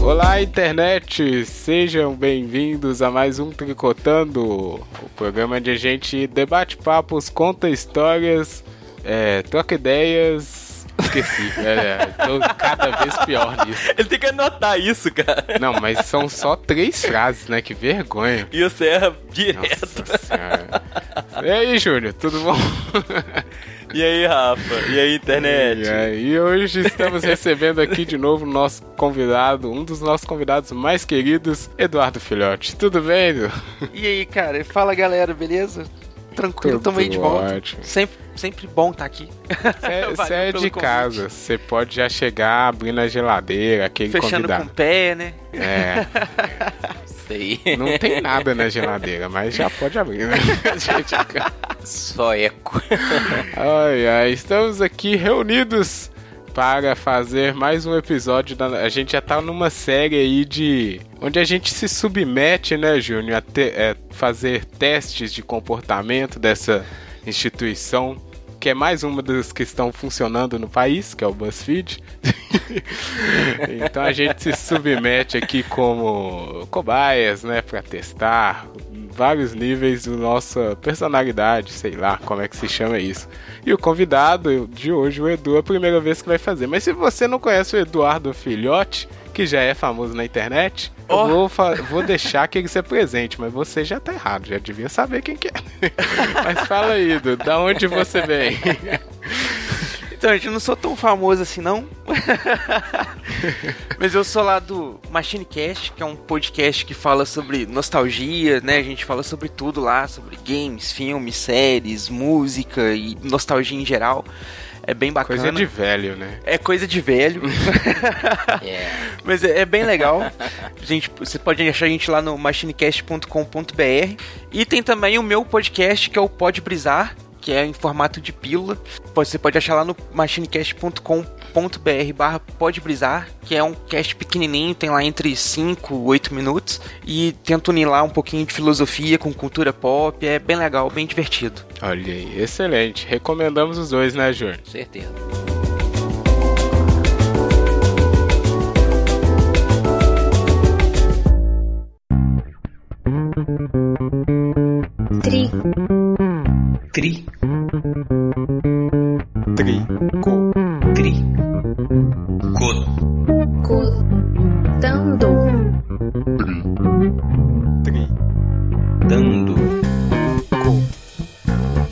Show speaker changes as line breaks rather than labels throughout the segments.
Olá, internet! Sejam bem-vindos a mais um Tricotando, o programa onde a gente debate papos, conta histórias, é, troca ideias. Esqueci, é, tô cada vez pior nisso.
Ele tem que anotar isso, cara.
Não, mas são só três frases, né? Que vergonha.
E você erra direto.
Nossa senhora. E aí, Júnior, tudo bom?
E aí, Rafa? E aí,
É,
internet?
E aí, hoje estamos recebendo aqui de novo o nosso convidado, um dos nossos convidados mais queridos, Eduardo Filhote. Tudo bem, Edu?
E aí, cara? Fala galera, beleza? Tranquilo,
Tudo
tamo aí de volta.
ótimo.
Sempre, sempre bom estar aqui. Valeu
Você é
pelo
de
convite.
casa, você pode já chegar abrindo a geladeira, aquele
Fechando com
convidado.
o pé, né?
É,
Sei.
não tem nada na geladeira, mas já pode abrir, né? Gente,
Só eco.
Ai, ai, estamos aqui reunidos para fazer mais um episódio. Da... A gente já tá numa série aí de. onde a gente se submete, né, Júnior, a te- é, fazer testes de comportamento dessa instituição, que é mais uma das que estão funcionando no país, que é o BuzzFeed. então a gente se submete aqui como cobaias, né, para testar vários níveis da nossa personalidade, sei lá como é que se chama isso. E o convidado de hoje, o Edu, é a primeira vez que vai fazer. Mas se você não conhece o Eduardo Filhote, que já é famoso na internet, eu
Ó.
vou, fa- vou deixar que ele se apresente, mas você já tá errado, já devia saber quem que é. mas fala aí, Edu, da onde você vem?
Então, gente, eu não sou tão famoso assim, não. Mas eu sou lá do MachineCast, que é um podcast que fala sobre nostalgia, né? A gente fala sobre tudo lá, sobre games, filmes, séries, música e nostalgia em geral. É bem bacana.
Coisa de velho, né?
É coisa de velho.
É.
Mas é, é bem legal. Gente, você pode achar a gente lá no machinecast.com.br. E tem também o meu podcast, que é o Pode Brisar, que é em formato de pílula. Você pode achar lá no machinecast.com.br barra Pode Brisar, que é um cast pequenininho, tem lá entre 5 e 8 minutos. E tento unir lá um pouquinho de filosofia com cultura pop. É bem legal, bem divertido.
Olha aí, excelente. Recomendamos os dois, né, Júnior?
Certeza.
Tri. Tri. Tri. Co. Tri. Co. Dando. Tri. Dando.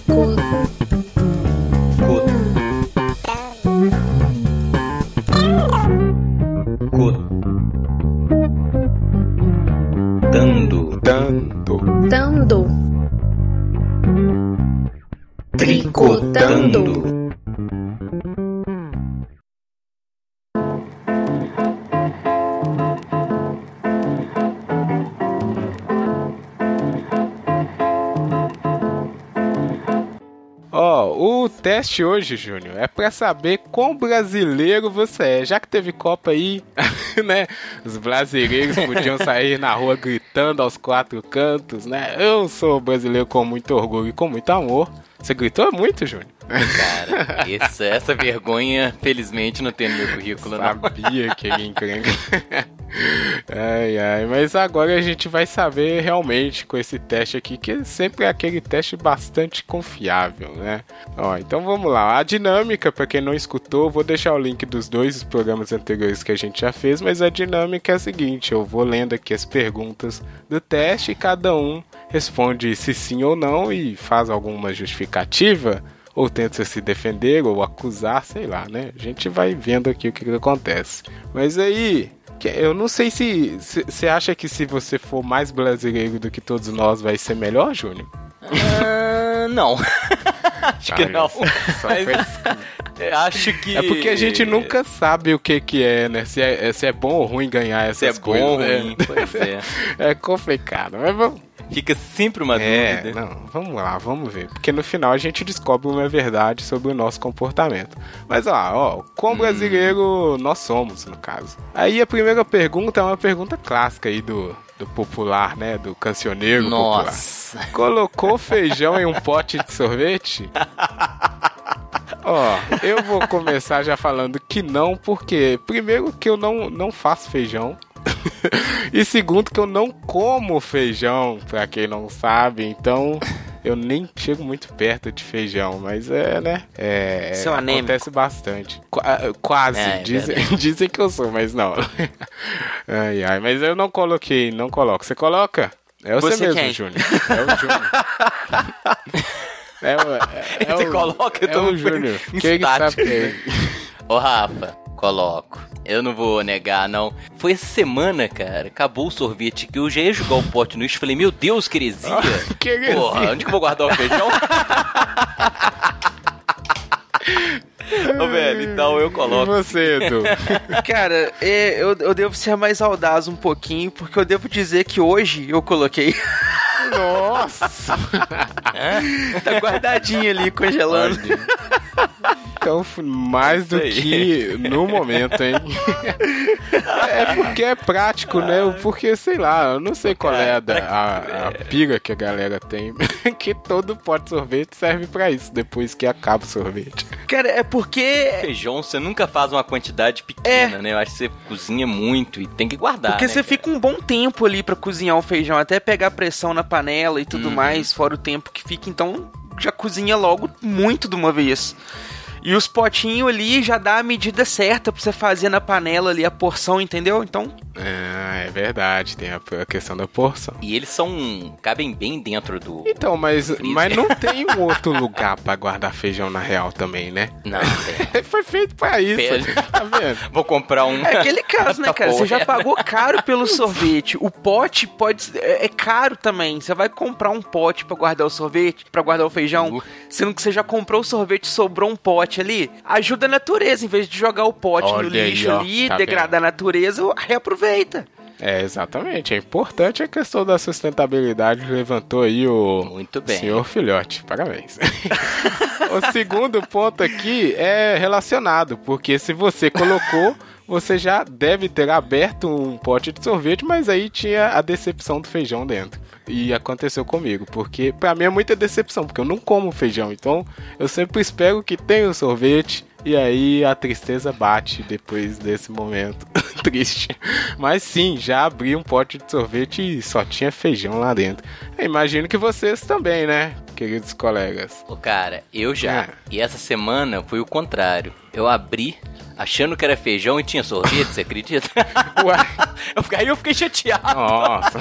Co. Co. Co. Dando. Dando.
Dando.
Tricotando.
Ó, o teste hoje, Júnior, é pra saber quão brasileiro você é. Já que teve Copa aí, né? Os brasileiros podiam sair na rua gritando aos quatro cantos, né? Eu sou brasileiro com muito orgulho e com muito amor. Você gritou muito, Júnior?
Cara, essa, essa vergonha, felizmente, não tem no meu currículo, não.
Sabia que ele encrenca. ai, ai. Mas agora a gente vai saber realmente com esse teste aqui, que sempre é aquele teste bastante confiável, né? Ó, então vamos lá. A dinâmica, pra quem não escutou, vou deixar o link dos dois programas anteriores que a gente já fez, mas a dinâmica é a seguinte: eu vou lendo aqui as perguntas do teste e cada um responde se sim ou não e faz alguma justificativa ou tenta se defender ou acusar, sei lá, né? A gente vai vendo aqui o que, que acontece. Mas aí, que- eu não sei se você acha que se você for mais brasileiro do que todos nós vai ser melhor, Júnior?
Ah, não. Acho que
Olha,
não.
só-
é
só
Mas-
foi-
Acho que.
É porque a gente nunca sabe o que que é, né? Se é, é- se é bom ou ruim ganhar
Se é
essas coisas.
bom,
né?
ruim, pois é.
É complicado, mas vamos...
Fica sempre uma
É,
dúvida.
não, vamos lá, vamos ver. Porque no final a gente descobre uma verdade sobre o nosso comportamento. Mas ó, ó, quão
Hum.
brasileiro nós somos, no caso. Aí a primeira pergunta é uma pergunta clássica aí do, do popular, né? Do cancioneiro
Nossa.
né?
popular. Colocou feijão em um pote de sorvete? Ó, eu vou começar já falando que não, porque primeiro que eu não, não faço feijão. e segundo, que eu não como feijão, pra quem não sabe, então. Eu nem chego muito perto de feijão, mas é, né? É,
Seu anêmico.
acontece bastante. Qu- ah, quase.
É, é
dizem, dizem que eu sou, mas não. ai, ai, mas eu não coloquei, não coloco. Você coloca? É você,
Você
mesmo,
quem?
Júnior. É o Júnior. É, o- é, é
Você
o-
coloca, eu
é
tô
o Júnior.
em
Quem
estático.
sabe quem?
Ô, Rafa, coloco. Eu não vou negar, não. Foi essa semana, cara. Acabou o sorvete que eu já ia jogar o pote no lixo. Falei, meu Deus, que heresia.
que é heresia.
Porra, onde que eu vou guardar o feijão? Ô, velho, então eu
E
coloco.
você, Edu?
Cara, é, eu, eu devo ser mais audaz um pouquinho, porque eu devo dizer que hoje eu coloquei.
Nossa!
tá guardadinho ali, congelando.
Então, f- mais do
Isso aí.
que no momento, hein? É porque é prático, né? Porque, sei lá, eu não sei qual é a, da- a, a
É.
pira que a galera tem, que todo pote de sorvete serve pra isso, depois que acaba o sorvete.
Cara, é porque.
Feijão, você nunca faz uma quantidade pequena, né? Eu acho que você cozinha muito e tem que guardar.
É. Porque
né,
você
cara?
fica um bom tempo ali pra cozinhar o feijão, até pegar pressão na panela e tudo
Uhum.
mais, fora o tempo que fica, então já cozinha logo muito de uma vez. E os potinhos ali já dá a medida certa pra você fazer na panela ali a porção, entendeu? Então,
Ah, é verdade, tem a a questão da porção.
E eles são. cabem bem dentro do.
Então, mas,
Freezer.
mas não tem um outro lugar pra guardar feijão na real também, né?
Não, velho.
Foi feito pra isso,
Pede.
tá vendo?
Vou comprar um.
É aquele caso,
Tá
né, cara? Você já pagou caro pelo sorvete. O pote pode ser- é é caro também. Você vai comprar um pote pra guardar o sorvete, pra guardar o feijão,
Uhum.
Uh.
sendo que você já comprou o sorvete, sobrou um pote ali. Ajuda a natureza, em vez de jogar o pote no
Olha aí,
lixo
ó.
ali,
Tá
degradar a natureza, reaproveita.
É, exatamente. É importante a questão da sustentabilidade. Levantou aí o
Muito bem.
senhor filhote. Parabéns. o segundo ponto aqui é relacionado, porque se você colocou, você já deve ter aberto um pote de sorvete, mas aí tinha a decepção do feijão dentro. E aconteceu comigo, porque pra mim é muita decepção, porque eu não como feijão, então eu sempre espero que tenha o sorvete. E aí a tristeza bate depois desse momento triste. Mas sim, já abri um pote de sorvete e só tinha feijão lá dentro. Eu imagino que vocês também, né, queridos colegas?
Ô, cara, eu já.
É.
E essa semana foi o contrário. Eu abri achando que era feijão e tinha sorvete, você acredita?
Ué.
eu fiquei, aí eu fiquei chateado.
Nossa,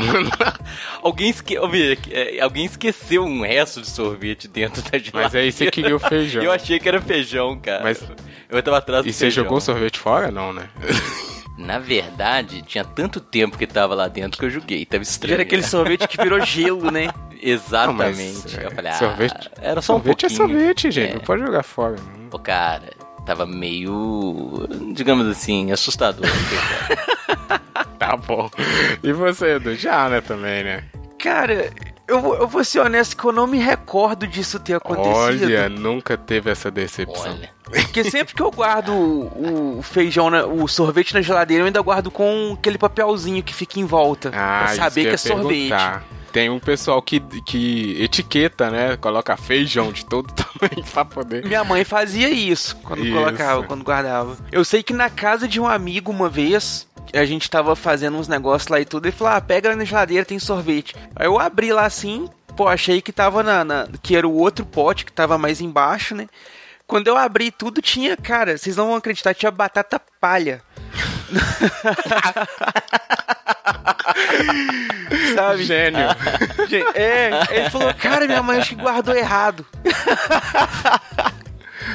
Alguém, esque... ô, Bia, é, alguém esqueceu um resto de sorvete dentro da geladeira.
mas aí você queria o feijão.
Eu achei que era feijão, cara.
Mas-
Eu tava atrás do
E você
feijão.
jogou o sorvete fora? Não, né?
Na verdade, tinha tanto tempo que tava lá dentro que eu joguei. Tava
Tá
estranho.
Era aquele sorvete que virou gelo, né?
Não, mas,
Exatamente.
é,
eu falei, ah,
sorvete-
era só um
sorvete é
pouquinho.
sorvete, gente.
É.
Não pode jogar fora. né? não.
Pô, cara, tava meio, digamos assim, assustador.
Tá bom. E você, Edu? Já, né, também, né?
Cara, eu, vou- eu vou ser honesto que eu não me recordo disso ter acontecido.
Olha, nunca teve essa decepção.
Olha.
Porque sempre que eu guardo o, o feijão, na- o sorvete na geladeira, eu ainda guardo com aquele papelzinho que fica em volta.
Ah,
pra
isso
saber
eu
que é
ia
sorvete.
perguntar. Tem um pessoal que, que etiqueta, né? Coloca feijão de todo tamanho pra poder.
Minha mãe fazia isso quando
Isso.
colocava, quando guardava. Eu sei que na casa de um amigo uma vez. A gente tava fazendo uns negócios lá e tudo, e falou: ah, pega lá na geladeira, tem sorvete. Aí eu abri lá assim, pô, achei que tava na, na- que era o outro pote que tava mais embaixo, né? Quando eu abri tudo, tinha, cara, vocês não vão acreditar, tinha batata palha. Sabe?
Gênio.
Gente, É, ele falou, cara, minha mãe acho que guardou errado.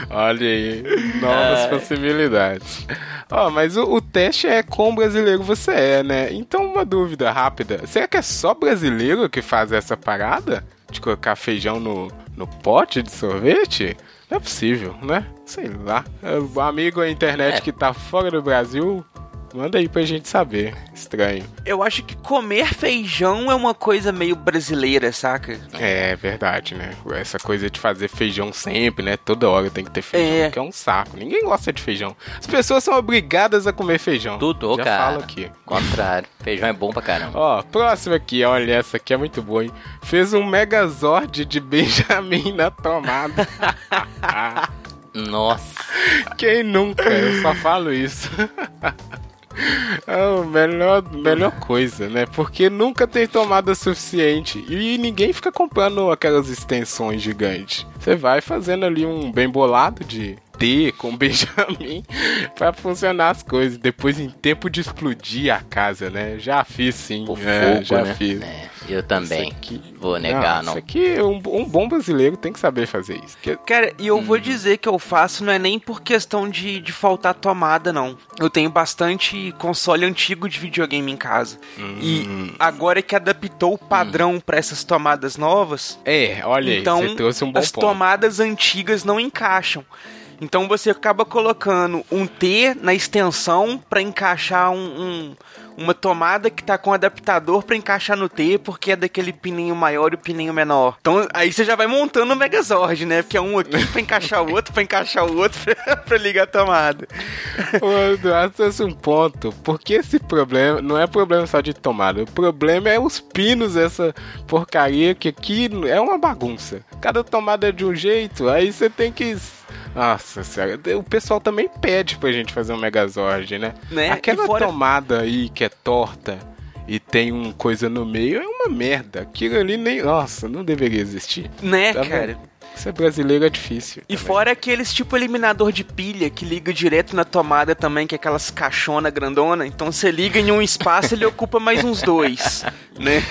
Olha aí, novas possibilidades. Ó, mas o, o teste é quão brasileiro você é, né? Então, uma dúvida rápida: será que é só brasileiro que faz essa parada? De colocar feijão no, no pote de sorvete? Não é possível, né? Sei lá. É, O amigo da internet
É.
que tá fora do Brasil, manda aí pra gente saber. Estranho.
Eu acho que comer feijão é uma coisa meio brasileira, saca?
É verdade, né? Essa coisa de fazer feijão sempre, né? Toda hora tem que ter feijão,
É.
que é um saco. Ninguém gosta de feijão. As pessoas são obrigadas a comer feijão.
Tudo,
Já
cara.
falo aqui.
Contrário. Feijão é bom pra caramba.
Ó, próximo aqui, olha, essa aqui é muito boa, hein? Fez um megazord de Benjamin na tomada.
Nossa.
Quem nunca? Eu só falo isso. a É melhor, melhor coisa, né? Porque nunca tem tomada suficiente e ninguém fica comprando aquelas extensões gigantes. Você vai fazendo ali um bem bolado de D com Benjamin pra funcionar as coisas. Depois, em tempo de explodir a casa, né? Já fiz sim,
Pô,
é,
fogo,
já
né?
fiz.
É, eu também.
Isso aqui-
Vou negar, não.
Isso aqui, um, um bom brasileiro tem que saber fazer isso. Porque
Cara, e eu vou dizer que eu faço não é nem por questão de, de faltar tomada, não. Eu tenho bastante console antigo de videogame em casa. E agora que adaptou o padrão pra essas tomadas novas,
É, olha
então
aí, você trouxe um bom
as
ponto.
tomadas antigas não encaixam. Então você acaba colocando um T na extensão pra encaixar um, um- uma tomada que tá com adaptador pra encaixar no T, porque é daquele pininho maior e o pininho menor. Então aí você já vai montando o Megazord, né? Porque é um aqui pra encaixar o outro, pra encaixar o outro, pra, pra ligar a tomada.
O Eduardo trouxe um ponto, porque esse problema não é problema só de tomada, o problema é os pinos, essa porcaria que aqui é uma bagunça. Cada tomada é de um jeito, aí você tem que. Nossa senhora, o pessoal também pede pra gente fazer um Megazord, né?
Né? E
Aquela
fora-
tomada aí que é torta e tem uma coisa no meio é uma merda. Aquilo ali nem. Nossa, não deveria existir.
Né,
Tá vendo?
cara?
Ser brasileiro é difícil.
E
também.
fora aqueles tipo eliminador de pilha que liga direto na tomada também, que é aquelas caixona grandona. Então você liga em um espaço ele ocupa mais uns dois, né?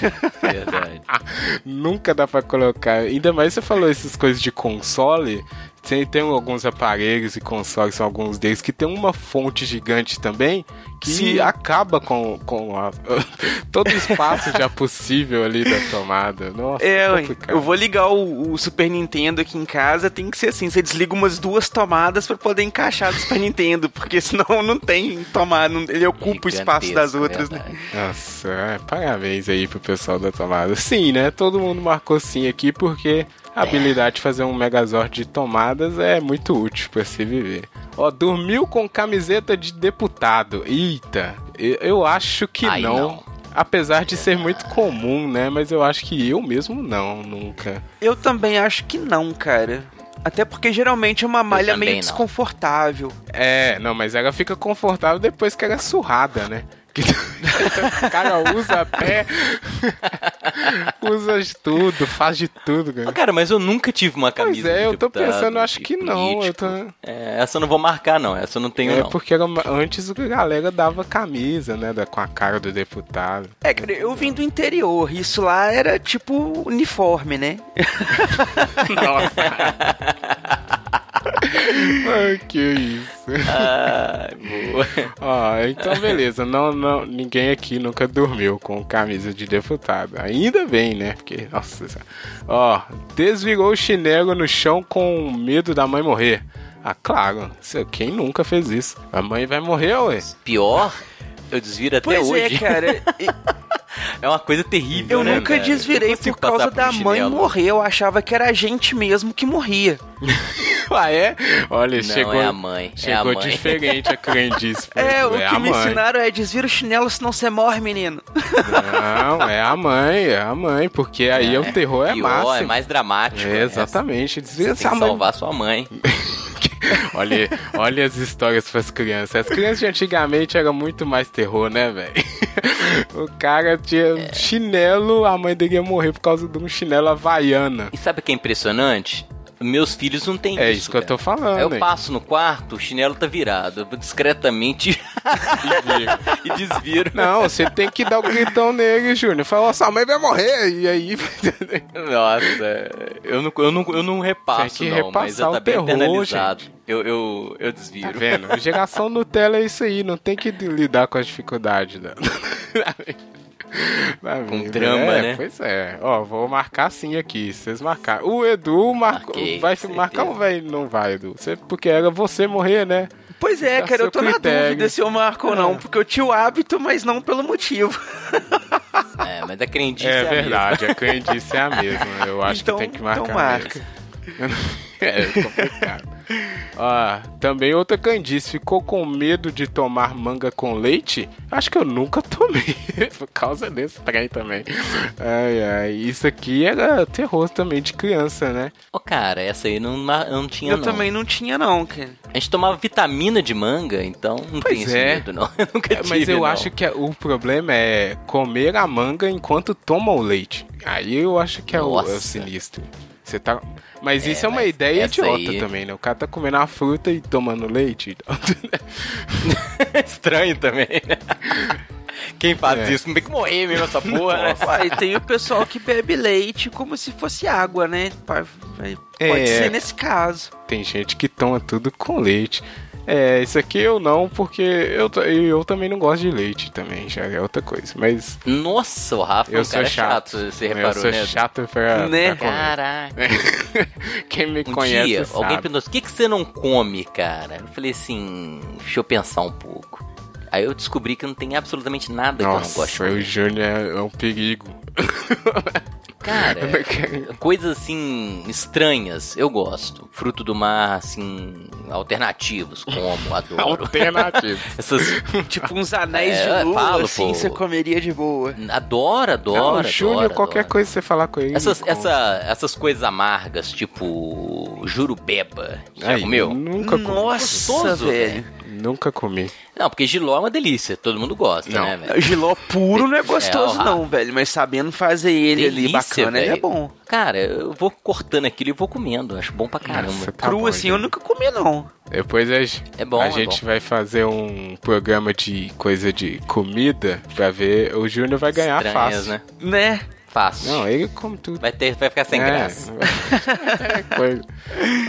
é
Verdade.
Ah, Nunca dá pra colocar. Ainda mais você falou essas coisas de console. Tem, tem alguns aparelhos e consoles, são alguns deles, que tem uma fonte gigante também, que
Sim.
acaba com, com a- todo o espaço já possível ali da tomada. Nossa,
É, ué,
complicado.
eu vou ligar o, o Super Nintendo aqui em casa, tem que ser assim, você desliga umas duas tomadas pra poder encaixar do Super Nintendo, porque senão não tem tomada, não- ele ocupa o espaço das
Gigantesco,
outras, né?
verdade.
Nossa, é, parabéns aí pro pessoal da tomada. Sim, né? Todo mundo marcou sim aqui porque a habilidade de fazer um megazord de tomadas é muito útil pra se viver. Ó, dormiu com camiseta de deputado. Eita, eu, eu acho que
Aí
não.
não.
Apesar de ser muito comum, né? Mas eu acho que eu mesmo não, nunca.
Eu também acho que não, cara. Até porque geralmente é uma malha
também
meio
não.
desconfortável.
É, não, mas ela fica confortável depois que ela é surrada, né? Que o cara usa até. usa de tudo, faz de tudo, cara.
Ah, Cara, mas eu nunca tive uma
Pois
camisa.
é,
de
eu tô
deputado,
pensando,
de
acho que não. Eu
político.
tô...
É, essa eu não vou marcar, não. Essa eu não tenho,
É
não.
porque era ma- antes a galera dava camisa, né? da- Com a cara do deputado.
É, cara, eu vim do interior, isso lá era tipo uniforme, né?
Ai, que isso.
Ah, boa.
Ó, então beleza. Não, não, ninguém aqui nunca dormiu com camisa de deputado. Ainda bem, né? Porque, nossa. senhora. Ó, desvirou o chinelo no chão com medo da mãe morrer. Ah, claro. isso- Quem nunca fez isso? A mãe vai morrer, ué.
Pior, eu desviro até
Pois
hoje.
é, cara. e-
É uma coisa terrível,
Eu
né,
nunca
velho? Eu
desvirei
não consigo
por causa
passar
da
um
mãe
chinelo.
morrer. Eu achava que era a gente mesmo que morria.
Ah, é? Olha,
Não,
chegou.
é a mãe. É a
Chegou
mãe.
diferente a crendice.
É, o
a
que me
mãe.
ensinaram é desvira o chinelo, senão você morre, menino.
Não, é a mãe, é a mãe, porque aí o terror é
Pior, é
máximo.
mais dramático.
É,
né?
exatamente.
Você
Desvia
tem que
essa mãe.
salvar sua mãe.
olha, olha as histórias pras crianças. As crianças de antigamente eram muito mais terror, né, velho? O cara tinha um chinelo, a mãe dele ia morrer por causa de um chinelo havaiana.
E sabe o que é impressionante? Meus filhos não têm
É isso que eu
cara.
tô falando.
Aí eu
hein?
passo no quarto, o chinelo tá virado. Eu vou discretamente e desviro.
Não, você tem que dar o gritão nele, Júnior. Fala, "Ó, sua mãe vai morrer. E aí.
Nossa, eu não, eu não, eu não repasso,
Tem que
não, mas
repassar
já tá
o
bem
terror,
internalizado. Eu, eu, eu desviro.
Tá vendo? Geração Nutella é isso aí, não tem que de- lidar com as dificuldades da. da
Com
vida.
drama,
É,
né?
Pois é. Ó, vou marcar sim aqui, vocês marcaram. O Edu marcou.
Marquei,
vai
com
marcar ou
certeza.
vai, não vai, Edu? Você- porque era você morrer, né?
Pois é,
Dá
cara, eu
seu
tô na
critério.
dúvida se eu marco ou não, porque eu tinha o hábito, mas não pelo motivo.
É, mas a crendice
é
é, a
verdade, a crendice é a mesma. Eu acho
Então-
que tem que marcar.
então marca.
mesmo. é complicado. Ah, também outra candice. Ficou com medo de tomar manga com leite? Acho que eu nunca tomei. Por causa desse trem também. Ai, ai. Isso aqui era terror também de criança, né?
Ô, cara, essa aí não, ma- não tinha,
Eu
não.
também não tinha, não, cara.
A gente tomava vitamina de manga, então não
Pois
tem esse
é.
medo, não. Eu nunca
É,
tive,
Mas eu
não.
acho que o problema é comer a manga enquanto toma o leite. Aí eu acho que é, o, é o
Nossa.
sinistro. Você tá... Mas isso é uma
mas
ideia
essa
idiota
aí-
também, né? O cara tá comendo a fruta e tomando leite.
É estranho também. né? Quem faz
É.
isso não tem que morrer mesmo essa porra, né?
Uai, tem o pessoal que bebe leite como se fosse água, né? Pa- vai- Pode
É.
ser nesse caso.
Tem gente que toma tudo com leite. É, isso aqui eu não, porque eu, ta- eu também não gosto de leite também, já é outra coisa. Mas
Nossa, o Rafa é
eu
um
sou
cara
chato.
chato. você
eu
reparou,
sou
né?
chato pra,
Né?
pra
Caraca.
comer. Quem me
Um
conhece
dia,
sabe.
alguém perguntou, o que, que você não come, cara? Eu falei assim, deixa eu pensar um pouco. Aí eu descobri que não tem absolutamente nada que eu não gosto. de
Nossa, o
comer.
Júnior é- é um perigo.
Cara, coisas assim estranhas, eu gosto. Fruto do mar, assim, alternativos, como, adoro.
é Alternativo.
Essas.
Tipo uns anéis
É,
de lua,
falo,
assim,
pô.
você comeria de boa.
Adoro,
Não,
adoro.
o Júnior,
adoro,
qualquer
adoro.
coisa que você falar com ele.
Essas,
com-
essa, essas coisas amargas, tipo jurubeba. Já
Aí,
comeu?
Nunca comi.
Nossa,
Gostoso,
velho.
Nunca comi.
Não, porque giló é uma delícia, todo mundo gosta,
Não.
né, velho?
Giló puro não é gostoso,
É, ó,
não, velho. Mas sabendo fazer ele ali
Delícia,
bacana, ele é
velho.
bom.
Cara, eu vou cortando aquilo e vou comendo. Acho bom pra caramba.
Nossa, tá
Cru
bom,
assim, eu
Júnior.
nunca comi, não.
Depois a,
É bom,
a
é
gente
bom.
vai fazer um programa de coisa de comida pra ver. O Júnior vai ganhar
Estranhas,
fácil.
né?
Né?
Fácil.
Não, ele come tudo.
Vai, ter, vai ficar sem
É,
graça.
é coisa.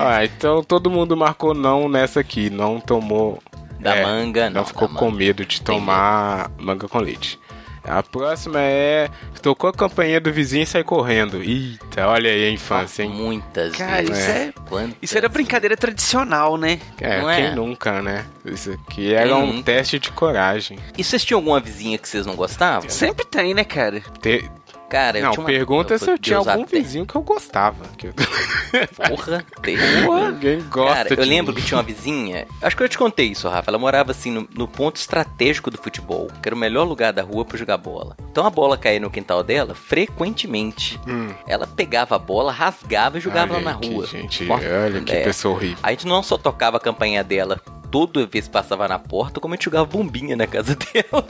Ah, então todo mundo marcou não nessa aqui. Não tomou.
Da
é,
manga, não.
Não ficou
da
com
manga.
medo de tomar manga com leite. A próxima é. Tocou a campainha do vizinho e sai correndo. Eita, olha aí a infância, hein?
Muitas
Cara,
vezes.
isso é.
Quantas?
Isso era brincadeira tradicional, né?
É,
não é?
quem nunca, né? Isso aqui era um
nunca?
teste de coragem.
E vocês tinham alguma vizinha que vocês não gostavam?
Sempre tem, né, cara?
Te-
Cara, eu
Não,
tinha uma...
pergunta
eu-
se eu tinha
Deus
algum
até-
vizinho que eu gostava. que eu-
Porra, terror.
Ninguém gosta
Cara, eu
de
lembro
mim.
que tinha uma vizinha. Acho que eu te contei isso, Rafa. Ela morava assim no, no ponto estratégico do futebol, que era o melhor lugar da rua pra jogar bola. Então a bola caía no quintal dela frequentemente.
Hum.
Ela pegava a bola, rasgava e jogava
Olha
lá na
aí, que
rua.
Gente,
Porta-
olha que
É.
pessoa horrível.
A gente não só tocava a campainha dela toda vez que passava na porta, como a gente jogava bombinha na casa dela.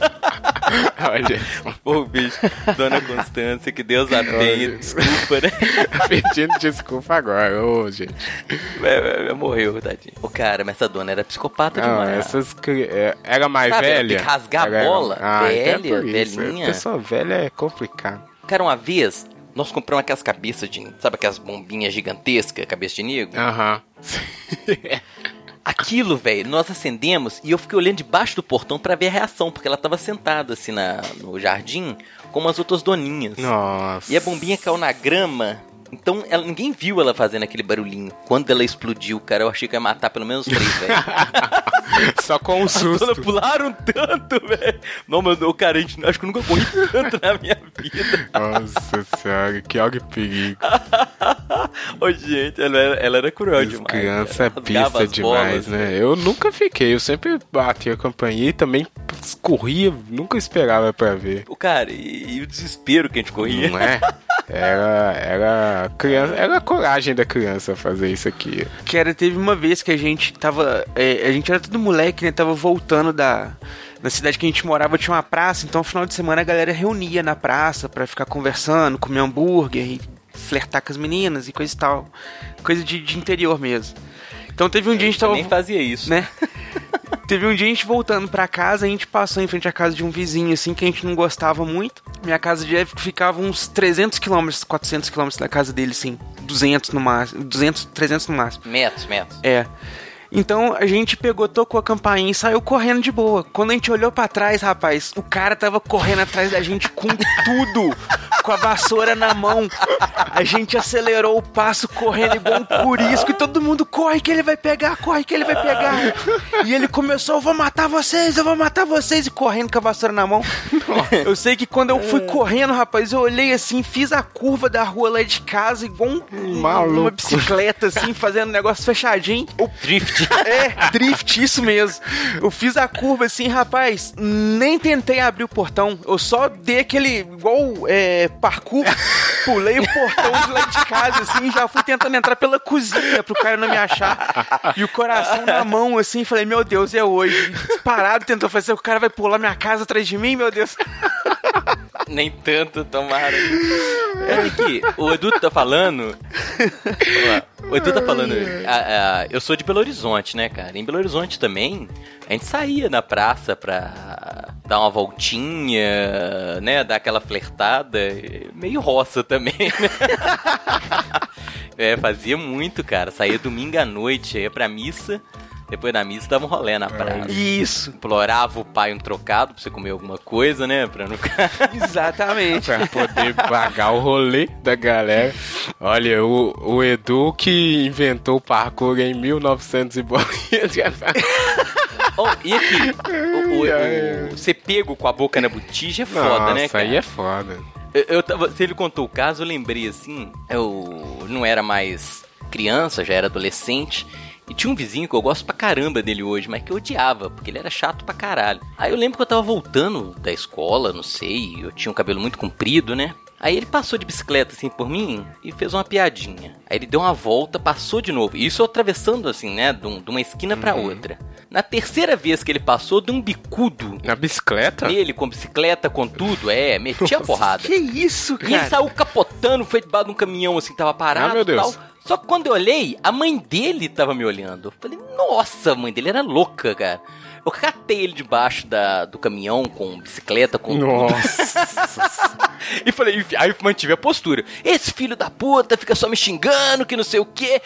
Olha,
Ô, bicho, Dona Constância, que Deus a tenha,
Olha.
desculpa, né?
pedindo desculpa agora, ô gente.
É, é, é, Morreu, tadinho. O cara, mas essa dona era psicopata
Não,
demais.
essas cri- é, era mais
Sabe,
velha.
tem que rasgar a
Era-
bola.
então é
Velha,
por isso.
velhinha.
Pessoa velha é complicado.
Cara, uma vez, nós compramos aquelas cabeças de... Sabe aquelas bombinhas gigantescas, cabeça de negro?
Aham.
Aquilo, velho, nós acendemos e eu fiquei olhando debaixo do portão pra ver a reação, porque ela tava sentada, assim, na, no jardim, como as outras doninhas.
Nossa.
E a bombinha caiu na grama. Então, ela- ninguém viu ela fazendo aquele barulhinho. Quando ela explodiu, cara, eu achei que ia matar pelo menos três, velho.
Só com o
Todas
susto.
pularam tanto, velho. Não, mano, cara, a gente, acho que eu nunca corri tanto na minha vida.
Nossa senhora, que algo perigo.
Ah, Ô, gente, ela, era- ela era cruel
As
demais.
crianças é
cara. Rasgava
pista
as
demais,
bolas,
né? Eu nunca fiquei, eu sempre bati a campainha e também corria, nunca esperava pra ver.
O cara, e, e o desespero que a gente corria.
Não é? Era, era, criança, era a coragem da criança fazer isso aqui.
Cara, teve uma vez que a gente tava. é, a gente era tudo moleque, né? Tava voltando da. Na cidade que a gente morava tinha uma praça, então no final de semana a galera reunia na praça pra ficar conversando, comer hambúrguer e flertar com as meninas e coisa e tal. Coisa de, de interior mesmo. Então teve um dia a gente
Eu
tava.
nem fazia É, isso.
né? Teve um dia a gente voltando pra casa, a gente passou em frente à casa de um vizinho, assim, que a gente não gostava muito. Minha casa de Jeff ficava uns 300 quilômetros, 400 quilômetros da casa dele, assim. 200 no máximo, 200, 300 no máximo.
Metros, metros.
É. Então a gente pegou, tocou a campainha e saiu correndo de boa. Quando a gente olhou pra trás, rapaz, o cara tava correndo atrás da gente com tudo. Com com a vassoura na mão. A gente acelerou o passo correndo igual um curisco e todo mundo corre que ele vai pegar, corre que ele vai pegar. E ele começou, eu vou matar vocês, eu vou matar vocês e correndo com a vassoura na mão. Eu sei que quando eu fui correndo, rapaz, eu olhei assim, fiz a curva da rua lá de casa igual um
Maluco.
uma bicicleta assim, fazendo um negócio fechadinho.
Drift.
É, drift, isso mesmo. Eu fiz a curva assim, rapaz, nem tentei abrir o portão. Eu só dei aquele igual é, parkour, pulei o portão de lá de casa, assim, já fui tentando entrar pela cozinha pro cara não me achar. E o coração na mão, assim, falei, meu Deus, é hoje. Parado, tentou fazer, o cara vai pular minha casa atrás de mim, meu Deus.
Nem tanto, tomara. Olha aqui, É, o Edu tá falando. Vamos lá. O Edu tá falando. ah, ah, eu sou de Belo Horizonte, né, cara? Em Belo Horizonte também, a gente saía na praça pra dar uma voltinha, né? Dar aquela flertada. Meio roça também, né? É, fazia muito, cara. Saía domingo à noite, ia pra missa. Depois da missa dava um rolê na praça.
Isso,
Implorava o pai um trocado pra você comer alguma coisa, né? Pra não ficar.
exatamente.
pra poder pagar o rolê da galera. Olha, o, o Edu que inventou o parkour em 1900 e bolinha.
Oh, e aqui, o, o-
Ai,
o- ser pego com a boca na botija é foda,
Nossa,
né, cara?
aí é foda.
Eu- eu tava- se ele contou o caso, eu lembrei assim, eu não era mais criança, já era adolescente. E tinha um vizinho que eu gosto pra caramba dele hoje, mas que eu odiava, porque ele era chato pra caralho. Aí eu lembro que eu tava voltando da escola, não sei, eu tinha um cabelo muito comprido, né? Aí ele passou de bicicleta assim por mim e fez uma piadinha. Aí ele deu uma volta, passou de novo. E Isso eu atravessando assim, né, de um- de uma esquina pra outra. Na terceira vez que ele passou, deu um bicudo
Na bicicleta?
nele com bicicleta, com tudo. É, meti a porrada.
Que isso,
E ele
cara?
saiu capotando, foi debaixo de um caminhão assim, tava parado
Ah, meu Deus.
e tal. Só que quando eu olhei, a mãe dele tava me olhando. Eu falei, nossa, a mãe dele era louca, cara. Eu catei ele debaixo da, do caminhão, com bicicleta, com
Nossa.
e falei, e aí mantive a postura. Esse filho da puta fica só me xingando, que não sei o quê.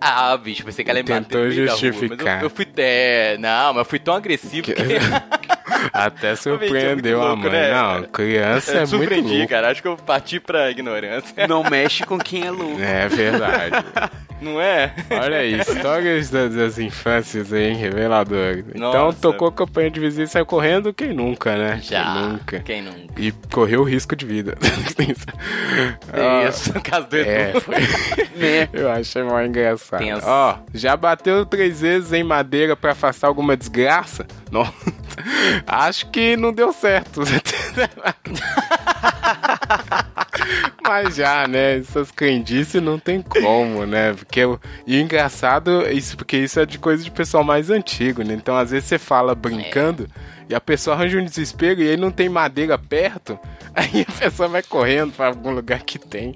Ah, bicho, pensei que ela ia me bater
Tentou
no meio da rua,
justificar.
mas eu, eu fui. É, não, mas eu fui tão agressivo que.
Até surpreendeu
Gente, é
a mãe.
muito louco, né?
Não, criança é,
Eu
muito
surpreendi,
louco.
cara. Acho que eu parti pra ignorância.
Não mexe com quem é louco.
É verdade.
Não é?
Olha aí, histórias das, das infâncias aí, revelador. Então
Nossa.
tocou campanha de vizinho e saiu correndo, quem nunca, né?
Já.
Quem nunca.
Quem nunca?
E correu risco de vida.
É
Ah,
isso, no caso do Edu.
É, foi.
Né?
Eu achei mó engraçado.
Tenso.
Ó, já bateu três vezes em madeira pra afastar alguma desgraça? Não. Acho que não deu certo. tá Mas já, né? Essas crendices não tem como, né? Porque o e o engraçado, é isso, porque isso é de coisa de pessoal mais antigo, né? Então às vezes você fala brincando e a pessoa arranja um desespero e aí não tem madeira perto, aí a pessoa vai correndo pra algum lugar que tem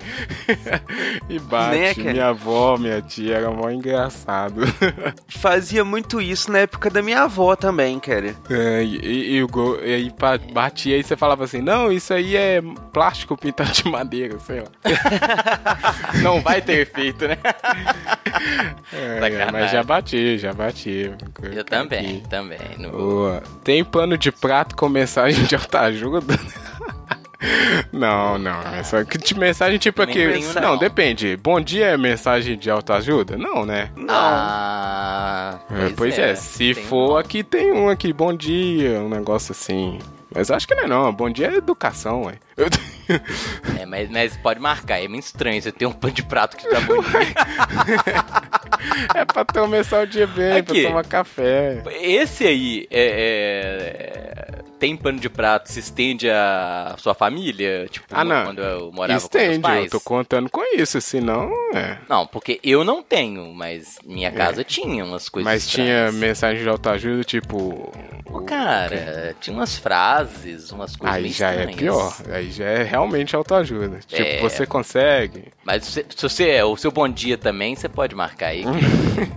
e bate.
Né, cara?
minha avó, minha tia, era mó engraçado.
Fazia muito isso na época da minha avó também, cara.
É, e, e, e o gol- e aí pa- batia e você falava assim: não, isso aí é plástico pintado de madeira, sei lá.
Não vai ter efeito, né?
É,
Sacanagem.
mas já bati, já bati.
Eu também, também. No...
Boa. Tem pano de prato com mensagem de autoajuda? Não, não. É só que de mensagem tipo
Nem
aqui.
nenhum,
Não,
não.
depende. Bom dia é mensagem de autoajuda? Não, né?
Não.
Ah,
É, Pois, é, se
Tem-
for aqui, tem um aqui, bom dia, um negócio assim. Mas acho que não é não, bom dia é educação, ué. Eu-
É, mas, mas pode marcar, é meio estranho você ter um pano de prato que tá bonito.
é pra começar o dia bem,
Aqui.
pra tomar café.
Esse aí é, é- tem pano de prato, se estende a sua família? Tipo,
Ah, não.
quando eu morava com
Estende,
meus
eu
pais?
tô contando com isso, senão é.
Não, porque eu não tenho, mas minha casa tinha umas coisas.
Mas tinha
estranhas.
mensagem de autoajuda, tipo.
Pô,
o-
Cara, tinha umas frases, umas coisas
Aí
meio
já é
estranhas.
pior, aí já é realmente autoajuda. Tipo,
É.
você consegue.
Mas se, se você é o seu bom dia também, você pode marcar aí.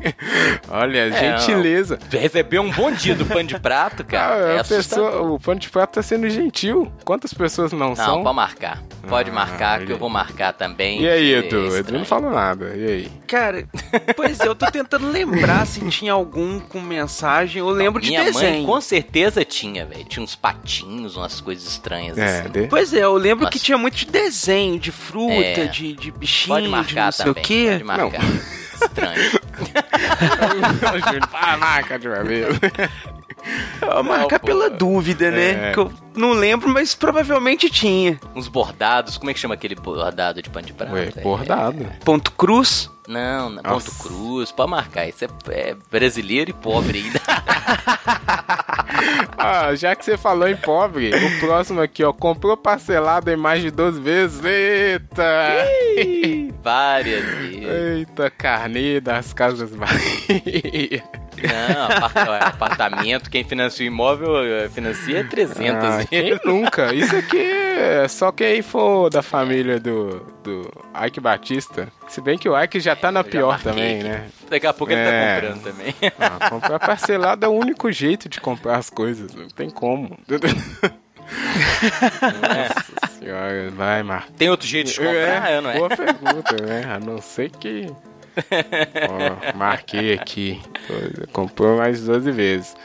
Olha, gentileza.
Receber um bom dia do pano de prato, cara,
Ah,
é
a pessoa,
assustador.
o pano de prato tá sendo gentil. Quantas pessoas não,
Não,
são?
pode marcar. Pode
Ah,
marcar, que
olha
eu vou marcar também.
E aí,
que é
Edu? Edu
estranho.
não falou nada. E aí?
Cara, pois é, eu tô tentando lembrar se tinha algum com mensagem. Eu lembro de
Minha mãe
desenho.
com certeza tinha, velho. Tinha uns patinhos, umas coisas estranhas
É,
assim.
de-
Pois é, eu lembro que
Nossa.
tinha muito de desenho, de fruta,
É.
de, de bichinho,
Pode
de
marcar
não sei
também.
o quê.
Pode marcar. Estranho.
Ô, Júnior, fala, marca de uma vez.
Ah, Marca
pô.
pela dúvida, né?
É.
Que eu não lembro, mas provavelmente tinha.
Uns bordados. Como é que chama aquele bordado de pano de prato?
Ué,
velho?
bordado.
Ponto cruz.
Não, na Ponto
Nossa.
Cruz, pode marcar. Isso é, é brasileiro e pobre ainda.
Ah, já que você falou em pobre, o próximo aqui, ó, comprou parcelado em mais de 12 vezes. Eita!
Várias
É,
vezes.
Eita, carne das casas Bahia.
Não, apart- ó, apartamento, quem financia o imóvel eh, financia 300
Ah, quem
vezes.
nunca? Isso aqui é só quem for da família do, do Ike Batista. Se bem que o Ike já tá na
já
pior
marquei
também,
aqui.
né?
Daqui a pouco
É.
ele tá comprando também.
Ah, comprar parcelado é o único jeito de comprar as coisas, não tem como.
É.
Nossa senhora, vai, Marcos.
Tem outro jeito de comprar? Eu não é.
Boa pergunta, né? A não ser que. Ó, marquei aqui. Coisa, Comprou mais 12 vezes.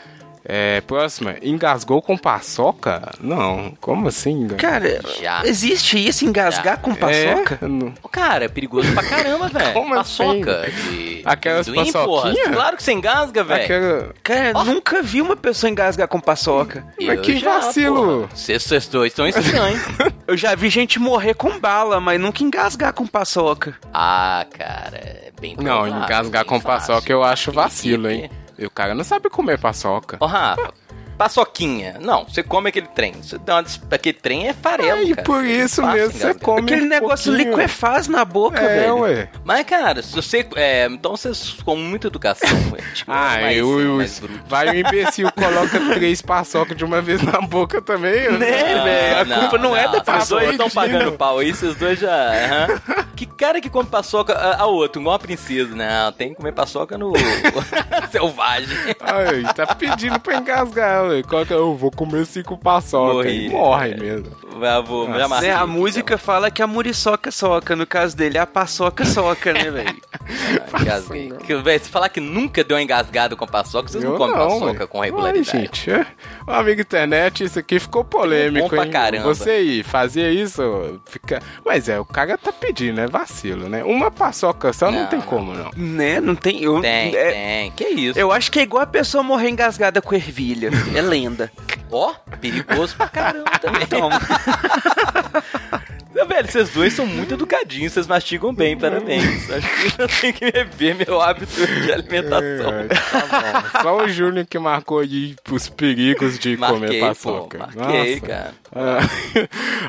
É, próxima. Engasgou com paçoca? Não, como assim? engas-
Cara,
Já.
existe isso, engasgar com paçoca?
É, não-
Ô, Cara, é perigoso pra caramba, velho.
Como assim?
Paçoca. de-
Aquelas
de amendoim, porra.
paçoquinha?
Claro que você engasga, velho.
aquela-
Cara, nunca vi uma pessoa engasgar com paçoca.
Eu
Mas que vacilo.
porra. Vocês vocês dois estão estranhos.
Eu já vi gente morrer com bala, mas nunca engasgar com paçoca.
ah, cara, é bem
Não,
provável,
engasgar
bem
com
fácil.
paçoca é eu acho vacilo, hein?
Princípio.
E o cara não sabe comer paçoca.
Ô, Rafa, paçoquinha. Não, você come aquele trem. Você dá uma des- Aquele trem é farelo,
Aí
cara.
por
É
isso
fácil
mesmo você
engasgar.
come.
Aquele
um
negócio
pouquinho.
liquefaz na boca,
É,
velho.
ué.
Mas, cara, se você... é, então vocês com muita educação. é, tipo,
Ah,
mais-
eu,
mais bruto.
vai o imbecil, coloca três paçoca de uma vez na boca também. eu-
Né,
Ah,
velho? A culpa não é da
Vocês dois
paçoca,
estão pagando
menino.
pau aí, vocês dois já. aham. Que cara que come paçoca a, a outro, igual a princesa. Não, tem que comer paçoca no. selvagem.
Ai, tá pedindo pra engasgar, ué. Coloca, eu vou comer cinco paçoca.
Morri. É,
e morre mesmo.
Vai, vou, já
Né,
marquei
a
aqui,
música
então.
fala que a muriçoca soca, no caso dele é a paçoca soca, né, velho?
então. Ah, engasguei. Que, véi, se falar que nunca deu uma engasgada com paçoca, vocês não
Eu
comem paçoca
ué.
com regularidade.
Ai, gente. é. Ô, amigo internet, isso aqui ficou polêmico,
Bom pra
hein?
caramba.
Você aí fazia isso, fica... Mas é, o cara tá pedindo, é vacilo, né? Uma paçoca só não,
Não,
tem
não.
como, não.
Né? Não tem. Eu,
Tem,
é-
tem. Que isso?
eu acho que é igual a pessoa morrer engasgada com ervilha. É lenda.
Ó, perigoso pra caramba também.
Então,
Não, velho, vocês dois são muito educadinhos, vocês mastigam bem, parabéns. Acho que eu tenho que rever meu hábito de alimentação.
É, tá bom. Só o Júnior que marcou aí os perigos de comer
Marquei, pô,
paçoca.
marquei,
Nossa.
cara.
Ah,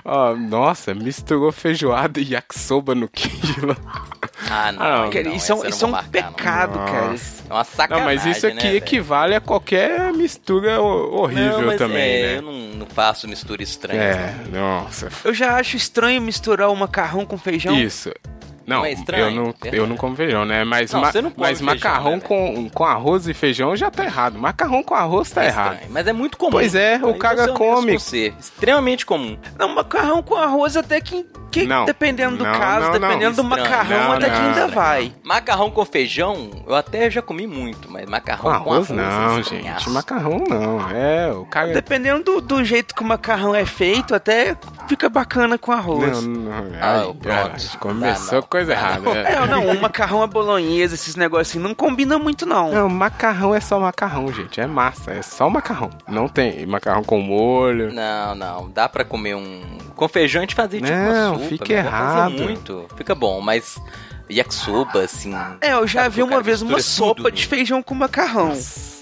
ah, nossa, misturou feijoada e yakisoba no quilo.
Ah, não.
Ah, não.
cara,
não,
isso é um,
essa eu não
isso é
vou
um
marcar, não.
pecado, cara.
Nossa.
É uma
Não,
sacanagem,
mas isso aqui
né, velho?
equivale a qualquer mistura ho- horrível
não, mas
também,
é,
né?
Eu não, não faço mistura estranha. né?
É,
não.
nossa.
Eu já acho estranho misturar o macarrão com feijão.
Isso. Não,
Não é estranho?
eu, não, eu
Verdade.
não como feijão, né? Mas,
Não,
ma-
você não come
mas
feijão,
macarrão
né,
com, com arroz e feijão já tá errado. Macarrão com arroz tá
É
errado.
estranho, Mas é muito comum.
Pois é, o
Aí
cara
vou ser honesto
come.
com Você, extremamente comum.
Não, macarrão com arroz até que, que
Não.
dependendo do
Não,
caso,
não, não.
dependendo do
Estranho.
macarrão,
Não,
até que
não,
ainda
estranho.
vai.
Macarrão com feijão, eu até já comi muito, mas macarrão
Com arroz,
com
não,
é
gente.
estranhaço.
Macarrão não. É, o cara.
Dependendo do, do jeito que o macarrão é feito, até fica bacana com arroz.
Não, não.
Ah,
Ai,
pronto.
cara, começou
Ah, não.
coisa errada. né?
Não, não, um macarrão à bolonhesa, esses negócios assim, não combina muito, não.
Não, macarrão é só macarrão, gente. É massa, é só macarrão. Não tem macarrão com molho.
Não, não, dá pra comer um. Com feijão a gente fazia tipo
Não,
uma sopa.
fica
mas dá pra
errado.
Fazer muito. Fica bom, mas yakisoba, assim.
É, eu já
sabe
vi
que o
uma
cara
vez uma
mistura tudo. né?
sopa de feijão com macarrão.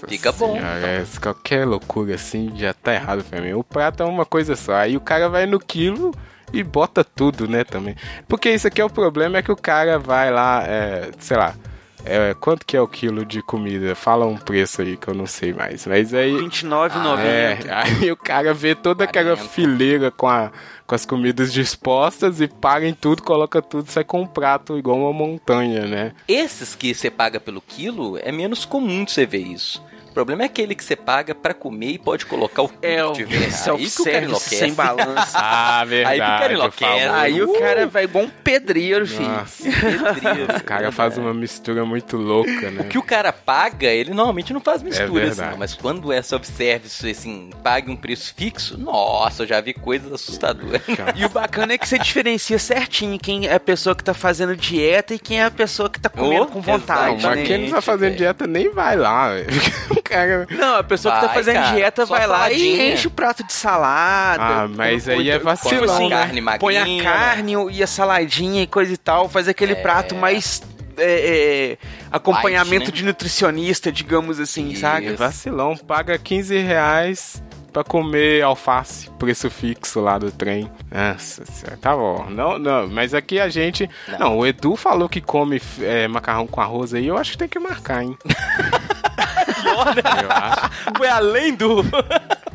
Fica bom.
Senhora, é, se qualquer loucura assim já tá errado pra mim. O prato é uma coisa só. Aí o cara vai no quilo e bota tudo, né, também. Porque isso aqui é o problema, é que o cara vai lá, é, sei lá. é, quanto que é o quilo de comida? Fala um preço aí que eu não sei mais. Mas aí. É,
29,90.
aí o cara vê toda aquela
40.
fileira com, a- com as comidas dispostas e paga em tudo, coloca tudo, sai com um prato igual uma montanha, né?
Esses que você paga pelo quilo, é menos comum de você ver isso. O problema é aquele que você paga pra comer e pode colocar o que
É, o
tiver. Aí que o cara
self-service
enlouquece.
sem balanço.
Ah, verdade.
cara
eu
enlouquece.
falo.
Aí o
Uh!
cara vai igual um pedreiro, filho.
Nossa, o cara faz uma mistura muito louca, né?
O que o cara paga, ele normalmente não faz misturas,
É verdade.
não. Mas quando é self-service, assim, pague um preço fixo, nossa, eu já vi coisas assustadoras.
Cara,
E o bacana é que você diferencia certinho quem é a pessoa que tá fazendo dieta e quem é a pessoa que tá comendo
Oh,
com vontade.
Não, mas
exatamente.
Né?
quem não tá fazendo
velho.
dieta nem vai lá, velho. O cara...
Não, a pessoa que tá
Vai,
fazendo
cara,
dieta
só
vai lá e
saladinha.
enche o prato de salada.
Ah, mas aí é
Come
vacilão,
assim,
né?
carne magrinha.
põe a carne e a saladinha e coisa e tal, faz aquele prato mais é, é, acompanhamento
Light, né?
de nutricionista, digamos assim,
Isso.
saca?
É vacilão, paga 15 reais pra comer alface, preço fixo lá do trem. Nossa senhora, tá bom. Não, não, mas aqui a gente. Não,
Não.
o Edu falou que come f- é, macarrão com arroz aí, eu acho que tem que marcar, hein?
né?
Eu acho
Foi além do.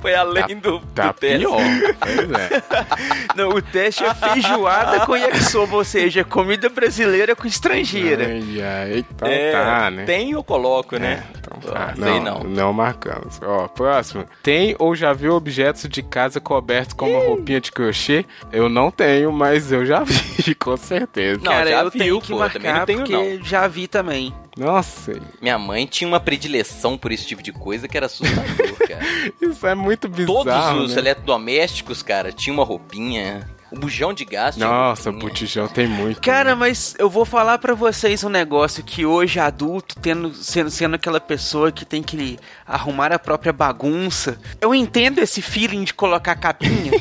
Foi além do.
que tá
do teste.
pior. Pois é.
Não, o teste é feijoada com yakisoba, ou seja, é comida brasileira com estrangeira.
Ai, ai, então
É,
tá, né?
Tem eu coloco, né?
Então tá.
Ah,
Não,
sei
não.
não.
marcamos. Ó, próximo. Tem ou já viu objetos de casa cobertos com uma roupinha de crochê? Eu não tenho, mas eu já vi, com certeza.
Não,
Cara,
já
eu
viu,
tenho que
pô,
marcar
também não tenho,
porque já vi também.
Nossa,
Minha mãe tinha uma predileção por esse tipo de coisa que era assustador, cara.
isso é muito bizarro.
Todos os é
né?
eletrodomésticos, cara, tinha uma roupinha. O bujão de gás tinha uma
Nossa, o
roupinha.
botijão tem muito.
Cara,
né?
mas eu vou falar pra vocês um negócio que hoje adulto, tendo, sendo, sendo aquela pessoa que tem que arrumar a própria bagunça, eu entendo esse feeling de colocar a capinha.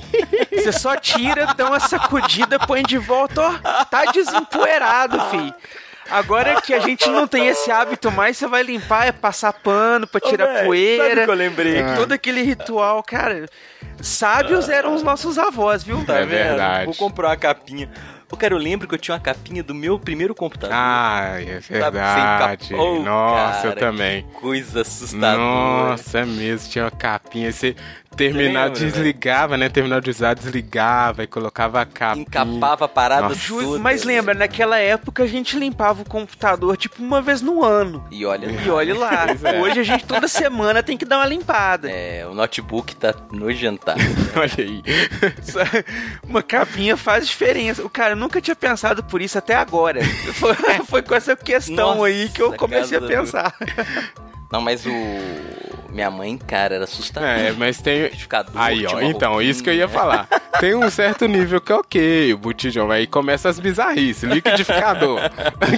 Você só tira, dá uma sacudida, põe de volta, ó, tá desempoeirado, fi. Agora que a gente não tem esse hábito mais, você vai limpar, é passar pano pra tirar
véi,
poeira.
sabe é? o que eu lembrei
aqui?
Todo aquele ritual, cara. Sábios
Ah.
eram os nossos avós, viu?
Tá
É
vendo?
verdade.
Vou comprar uma capinha. Ô, cara, eu lembro que eu tinha uma capinha do meu primeiro computador.
Ai, é
Sabe, Tá sem
verdade.
cap- Ô,
Nossa, eu
cara,
também.
que coisa assustadora.
Nossa, é mesmo, tinha uma capinha. Você terminava,
Lembra, né?
desligava, né? Terminava de usar, desligava e colocava a capinha.
Encapava a parada
Nossa.
Ju-
toda.
Mas lembra, naquela época a gente limpava o computador tipo uma vez no ano.
E olha,
E olha lá,
Pois é.
hoje a gente toda semana tem que dar uma limpada.
é, o notebook tá nojentado.
Olha aí.
Só- é, Uma capinha faz diferença. O cara eu nunca tinha pensado por isso até agora. Foi, foi com essa questão
Nossa,
aí que eu comecei a
casa do-
pensar.
Não, mas o... Minha mãe, cara, era assustadora.
É, mas tem,
Liquidificador,
Aí, ó,
tipo,
tinha uma
então,
roupinha.
isso que eu ia
né?
falar. Tem um certo nível que é ok, o botijão. Aí começa as bizarrices, liquidificador.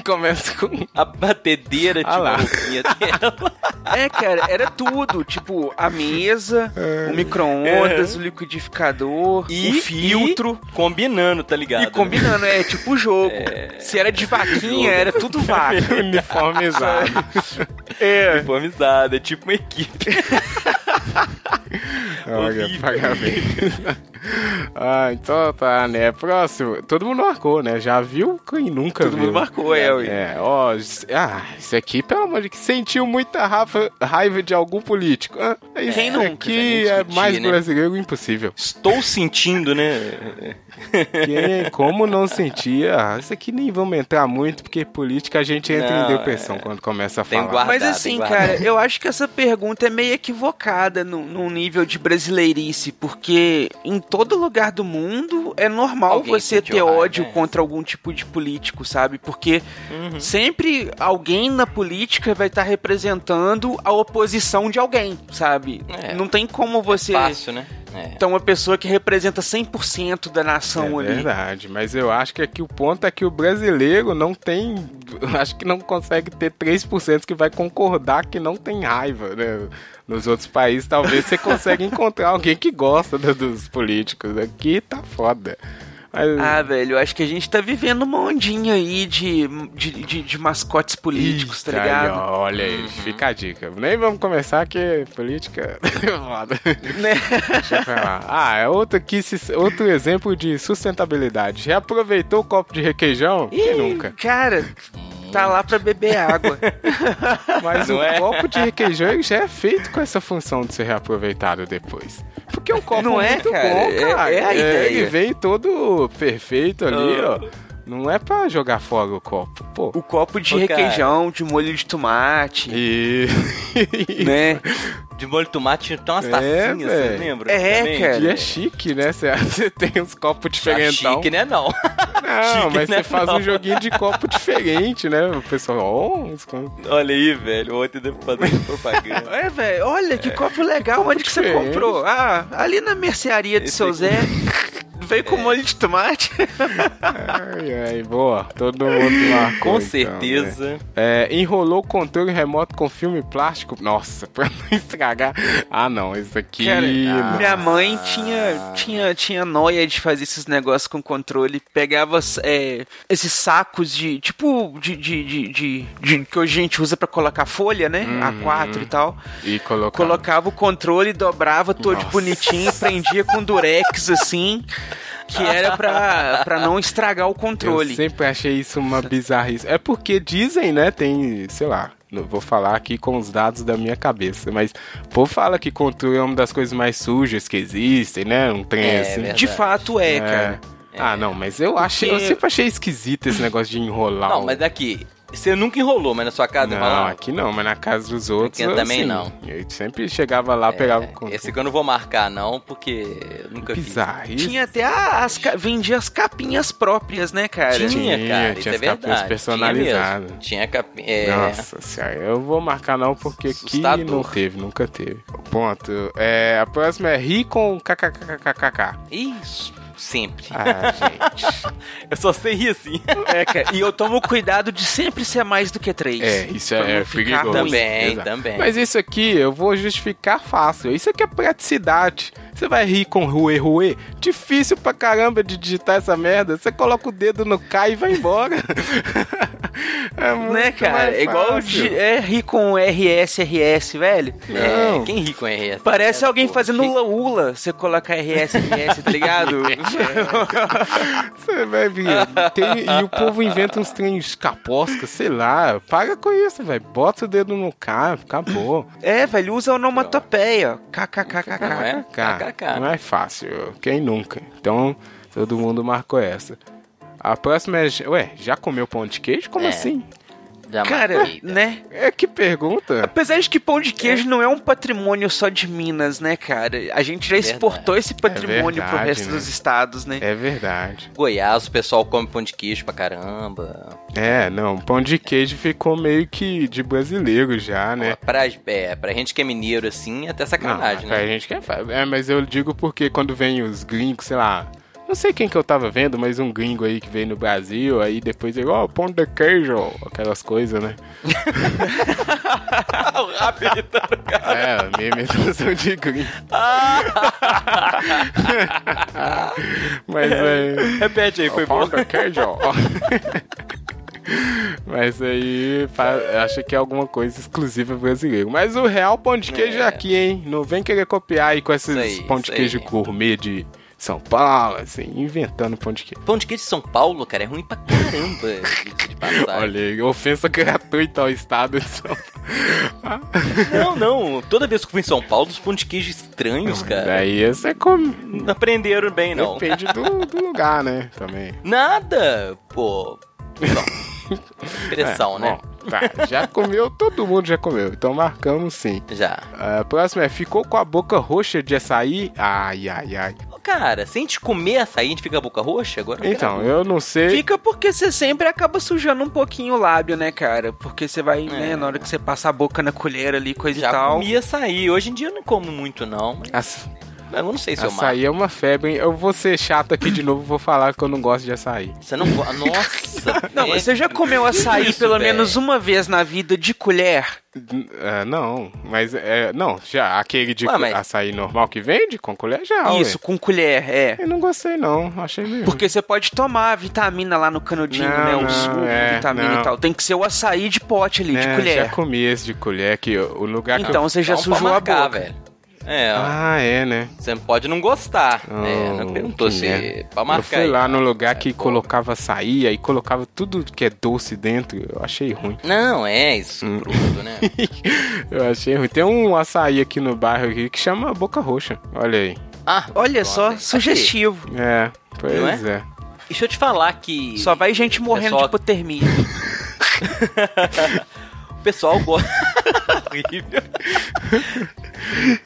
começa com.
A batedeira tinha
Ah lá.
uma roupinha dela.
É, cara, era tudo. Tipo, a mesa, o micro-ondas, o liquidificador,
E
o filtro.
e combinando, tá ligado?
E combinando, é tipo o jogo. Se era de vaquinha, era tudo vaca.
Uniformizado.
É.
Uniformizado, é tipo uma equipe.
Olha,
Horrível.
pagamento. ah, então tá, né? Próximo. Todo mundo marcou, né? Já viu quem nunca
Todo
viu.
mundo marcou, é, ué.
É, ó, s- ah, isso aqui, pelo amor de Deus, sentiu muita raiva, raiva de algum político. Ah, isso
Quem nunca,
aqui é
né? Discutir,
mais
né?
brasileiro impossível.
Estou sentindo, né?
Porque, como não sentia, ah, isso aqui nem vamos entrar muito, porque política a gente entra
Não,
em
é.
depressão quando começa a
Tem
falar.
guarda-
Mas
guardado,
assim,
hein, guardado.
cara, eu acho que essa pergunta é meio equivocada no- num nível de brasileirice, porque em todo lugar do mundo é normal
Alguém
você
sentiu
ter
raiva,
ódio
é. Uhum.
contra algum tipo de político, sabe? Porque sempre alguém na política vai estar representando a oposição de alguém, sabe?
É.
Não tem como você
Fácil, né? É.
ter uma pessoa que representa 100% da nação
É
ali.
verdade, mas eu acho que aqui o ponto é que o brasileiro não tem. Acho que não consegue ter 3% que vai concordar que não tem raiva, né? Nos outros países, talvez você consiga encontrar alguém que gosta do- dos políticos. Aqui tá foda. Mas-
Ah, velho, eu acho que a gente tá vivendo uma ondinha aí de, de, de- de mascotes políticos, tá
Eita,
ligado?
aí,
Uhum.
ó, olha aí, fica a dica. Nem vamos começar que política é foda.
Né?
Deixa eu falar. Ah, é outro, aqui, se- outro exemplo de sustentabilidade. Reaproveitou o copo de requeijão? Quem nunca?
Cara, tá lá pra beber água.
Mas
Não
o
é?
copo de requeijão ele já é feito com essa função de ser reaproveitado depois. Porque é um copo
Não é,
muito
cara?
bom,
É-
cara.
é a ideia.
Ele vem todo perfeito ali,
Ah.
ó. Não é pra jogar fora o copo, pô.
O copo de
Ô, cara.
requeijão, de molho de tomate,
E.
né?
De molho de tomate, tem umas
É,
tacinhas, você
velho.
lembra?
É,
Também?
cara.
E é chique, né? Você tem uns copos
Ah,
diferentes.
chique, né? Não.
Não,
Chique,
mas
né?
você faz
Não.
um joguinho de copo diferente, né? O pessoal, ó, uns copos
Olha aí, velho. Ontem deu pra fazer propaganda.
É, velho, olha que copo legal, onde que você
diferente.
comprou? Ah, ali na mercearia de
Esse
seu
aqui.
Zé. Veio com molho de tomate.
ai, ai, boa. Todo mundo lá.
Com certeza.
É, enrolou o controle remoto com filme plástico. Nossa, pra não estragar. Ah, não, isso aqui.
Cara,
não.
minha mãe tinha, tinha, tinha noia de fazer esses negócios com controle. Pegava é, esses sacos de. Tipo, de, de, de, de- de- que hoje a gente usa pra colocar folha, né? A4 e tal.
E colocar.
Colocava o controle, dobrava todo
Nossa.
bonitinho, prendia com durex assim. Que era pra, pra não estragar o
Eu
controle.
sempre achei isso uma bizarrice. É porque dizem, né? Tem, sei lá. não Vou falar aqui com os dados da minha cabeça, mas o povo fala que controle é uma das coisas mais sujas que existem, né? Um trem
É,
assim.
verdade. É
De fato é,
É.
cara.
Ah, não, mas eu achei, eu
Porque-
sempre achei esquisito esse negócio de enrolar.
Não,
um-
mas aqui. Você nunca enrolou, mas na sua casa
não,
enrolava?
aqui não, mas na casa dos outros.
eu "Ah, também
assim,
não.
Eu sempre chegava lá, pegava o controle.
É, Esse que eu não vou marcar, não, porque eu nunca fiz.
Bizarrice.
Tinha até a- as. ca- Vendia as capinhas próprias, né, cara?
Tinha,
Tinha,
cara,
tinha
isso é
as capinhas
verdade.
personalizadas.
Tinha, mesmo. tinha cap... é,
Nossa senhora, eu vou marcar não porque aqui
Assustador.
não teve, nunca teve. Ponto. É, a próxima é ri com kkkkkkk.
Isso, sempre.
Ah, gente.
Eu só sei rir assim.
É, cara, e eu tomo cuidado de sempre ser mais do que três.
É, isso
Pra
é
não ficar
perigoso.
ruim.
também,
Exato.
também.
Mas isso aqui eu vou justificar fácil. Isso aqui é praticidade. Você vai rir com ruê ruê. Difícil pra caramba de digitar essa merda. Você coloca o dedo no K e vai embora. é muito
Né, cara?
mais
É igual
fácil.
de, é, rir com RS, RS, velho.
Não.
É, quem ri com RS?
Parece
É,
alguém
pô,
fazendo
quem-
ula-ula. Você coloca RS, RS, tá ligado?
É. Você vai ver. Tem- e o povo inventa uns trens caposca, sei lá. Para com isso, velho. Bota o dedo no carro, acabou.
é, velho, usa onomatopeia.
Não
KKKKK.
é?
Cara,
KKK.
não é fácil. Quem nunca? Então, todo mundo marcou essa. A próxima é. Ué, já comeu pão de queijo? Como
É.
assim?
Já
Cara,
marquei, tá?
né?
É que pergunta.
Apesar de que pão de queijo não é um patrimônio só de Minas, né, cara? A gente já
É Verdade.
exportou esse patrimônio pro
verdade,
resto
né?
dos estados, né?
É verdade.
Goiás, o pessoal come pão de queijo pra caramba.
É, não, pão de queijo ficou meio que de brasileiro já, né?
Pra, é, pra gente que é mineiro assim, é até sacanagem,
não, pra
né?
gente que é, fa- é, mas eu digo porque quando vem os gringos, sei lá, não sei quem que eu tava vendo, mas um gringo aí que veio no Brasil, aí depois ele, ó, pão de queijo, aquelas coisas, né?
o rap imitando o cara.
É, minha imitação de gringo. mas é...
Repete aí, foi
Pão
bom.
de queijo. Mas aí fa- acho que é alguma coisa exclusiva brasileira. Mas o real pão de queijo é,
É.
aqui, hein? Não vem querer copiar aí com esses
Isso aí,
pão de
isso
queijo
aí.
gourmet de São Paulo, assim, inventando pão de queijo.
Pão de queijo de São Paulo, cara, é ruim pra caramba. diga-se de passagem.
Olha, aí, ofensa gratuita ao estado de São Paulo.
Não, não. Toda vez que eu fui em São Paulo, os pão de queijo estranhos, cara.
Daí você come.
Não aprenderam bem, não.
Depende do, do lugar, né? Também.
Nada, pô. Bom, pressão,
É,
né?
bom, tá, já comeu, todo mundo já comeu. Então marcamos sim.
Já.
A próxima é: ficou com a boca roxa de açaí? Ai, ai, ai.
Ô, Cara, se a gente comer açaí, a gente fica com a boca roxa agora?
Então, eu não sei.
Fica porque você sempre acaba sujando um pouquinho o lábio, né, cara? Porque você vai, né, na hora que você passa a boca na colher ali, coisa
É. já
e tal.
comi açaí. Hoje em dia eu não como muito, não. Mas
Aç-
mas eu não sei se eu marco.
Açaí é uma febre, hein? Eu vou ser chato aqui de novo, vou falar que eu não gosto de açaí.
Você não... go- Nossa.
Não,
velho.
mas você já comeu açaí
isso,
pelo
velho?
menos uma vez na vida de colher?
N- é, não, mas é, não, já aquele de
Ué,
co-
mas-
açaí normal que vende com colher já. ué.
Isso, com colher, é.
Eu não gostei não, achei meio.
Porque você pode tomar a vitamina lá no canudinho,
Uhum. Não,
né? O
não,
suco,
é,
vitamina
não.
e tal. Tem que ser o açaí de pote ali, de
É, Já
colher.
comi esse de colher que o lugar que eu...
Então você já
Então, pra
sujou
marcar,
a boca.
velho. É, ó,
Ah, é, né?
você pode não gostar.
Ah,
né?
Oh,
Não perguntou
que
se...
é.
merda.
Pra
Eu
marcar
fui
aí.
lá no lugar
Vai,
que
pô.
colocava açaí, aí colocava tudo que é doce dentro, eu achei ruim.
Não, é isso,
Hum.
bruto, né?
Eu achei ruim. Tem um açaí aqui no bairro aqui que chama Boca Roxa. Olha aí.
Ah,
Olha só,
Aqui.
sugestivo.
É, pois
Não
é?
E deixa eu te falar que.
Só vai gente morrendo
Pessoal-
de hipotermia.
O pessoal gosta. Horrível.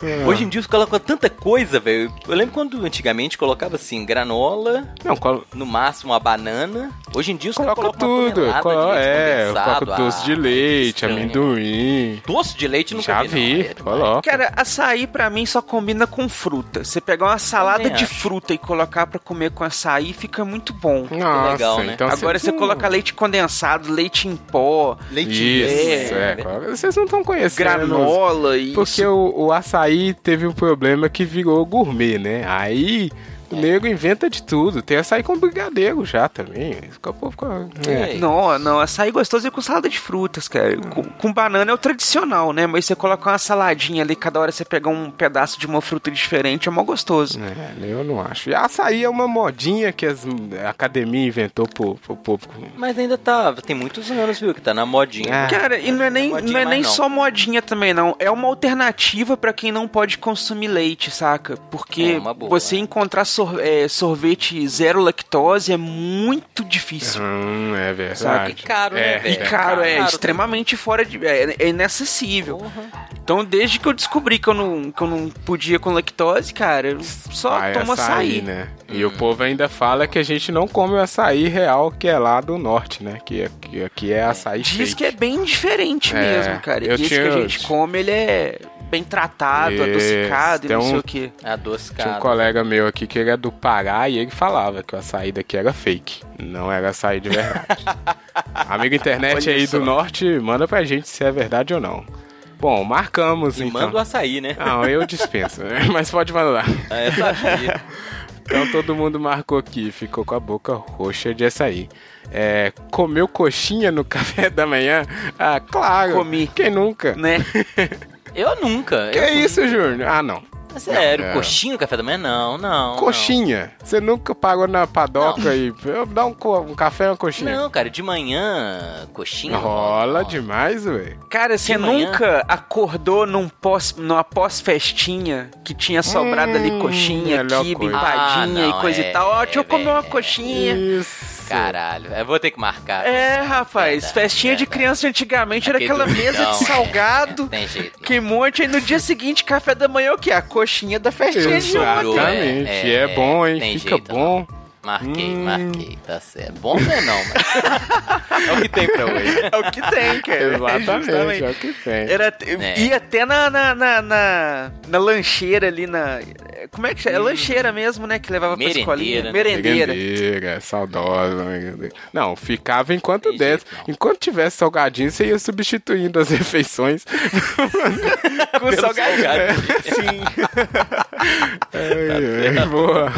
É.
Hoje em dia colocam tanta coisa, velho. Eu lembro quando antigamente colocava assim, granola,
Não, colo-
no máximo uma banana. Hoje em dia os caras
coloca
colocam uma
tudo.
tonelada
Colo-
de leite
é,
condensado,
coloca doce
ah,
de leite,
estranho.
amendoim.
Doce de leite eu nunca
Já
vi, não, é
vi,
velho.
coloca.
Cara, açaí pra mim só combina com fruta. Você pegar uma salada
Também
de
acho.
fruta e colocar pra comer com açaí fica muito bom.
Nossa,
legal, né?
então
Agora você
não-
coloca leite condensado, leite em pó,
Leite
Isso, é.
velho.
coloca- Vocês não estão conhecendo.
granola e
Porque o, o açaí teve um problema que virou gourmet, né? Aí
É.
o nego inventa de tudo. Tem açaí com brigadeiro já também. Fica- pô, fica- é.
É. Hum.
Não, não, açaí gostoso é com salada de frutas, cara. Com, com banana é o tradicional, né? Mas você coloca uma saladinha ali, cada hora você pega um pedaço de uma fruta diferente, é mó
Hum.
gostoso.
É, eu não acho. E açaí é uma modinha que as- a academia inventou pro, pro povo.
Mas ainda tá. Tem muitos anos, viu? Que tá na modinha.
É.
Cara, e não é nem,
Modinha
não é
mais
nem
não.
só modinha também, não. É uma alternativa pra quem não pode consumir leite, saca?
É,
Porque
uma boa.
você encontrar sor- é, sorvete zero lactose é muito difícil.
Hum, é
Só
verdade.
que caro, né,
É,
velho?
E caro, é,
caro.
extremamente fora de. É, é inacessível.
Porra.
Então, desde que eu descobri que eu não, que eu não podia com lactose, cara, eu só
Ah, é
tomo açaí.
né? E o povo ainda fala que a gente não come o açaí real que é lá do norte, né? Que, é- que aqui é açaí
Diz
fake.
que é bem diferente
É,
mesmo, cara. E
eu
esse que
tinha-
a gente come, ele é bem tratado,
Isso,
adocicado e
tem
não sei
um-
o quê.
Ah,
Tinha um
Adoscado.
colega meu aqui que era do Pará e ele falava que o açaí daqui era fake. Não era açaí de verdade. Amigo internet
Olha
aí
só.
do norte, manda pra gente se é verdade ou não. Bom, marcamos
E
então.
manda o açaí, né?
Não, eu dispenso, né? mas pode mandar.
É, eu sabia.
Então todo mundo marcou aqui, ficou com a boca roxa de açaí. É, comeu coxinha no café da manhã? Ah, claro.
Comi.
Quem nunca?
Né?
Eu nunca.
Que
eu
isso, Júnior? Ah, não.
É Sério,
É.
coxinha no café da manhã? Não, não.
Coxinha. Você nunca pagou na padoca e eu dá um, co- um café e uma coxinha.
Não, Não, cara, de manhã, coxinha. é não
Rola
não.
demais, velho.
Cara, você
manhã?
nunca acordou num pós, numa pós-festinha que tinha sobrado ali coxinha,
Hum, melhor
quibe,
coisa.
empadinha
Ah,
e
não,
coisa
é,
e tal? Ó, deixa eu
é,
comer uma
é.
coxinha.
Isso.
Caralho, eu vou ter que marcar.
É, rapaz,
Verdade,
festinha de
verdade.
criança antigamente era
é, Aquele
aquela mesa
dormidão,
de
é.
salgado.
Tem jeito. não.
Que monte, aí no dia seguinte, café da manhã, o quê? A coxinha da festinha de
Exato.
ontem.
Exatamente.
É,
É,
é, é.
bom, hein?
Tem
Fica
jeito,
bom.
Marquei,
Hum.
marquei, tá certo. Bom não é não, mas... é o que tem pra hoje.
É o que tem, cara.
Exatamente,
Justamente.
é o que tem.
Era,
É.
Ia até na, na, na, na- na lancheira ali, na... Como é que chama? É lancheira mesmo, né? Que levava
Merendeira.
pra escolinha. Merendeira.
Merendeira, é saudosa. merendeira. Não, ficava enquanto
Tem
desse.
jeito, não.
Enquanto tivesse salgadinho, você ia substituindo as refeições.
Tá
Com salgadinho.
Sim.
Ai, ai, boa.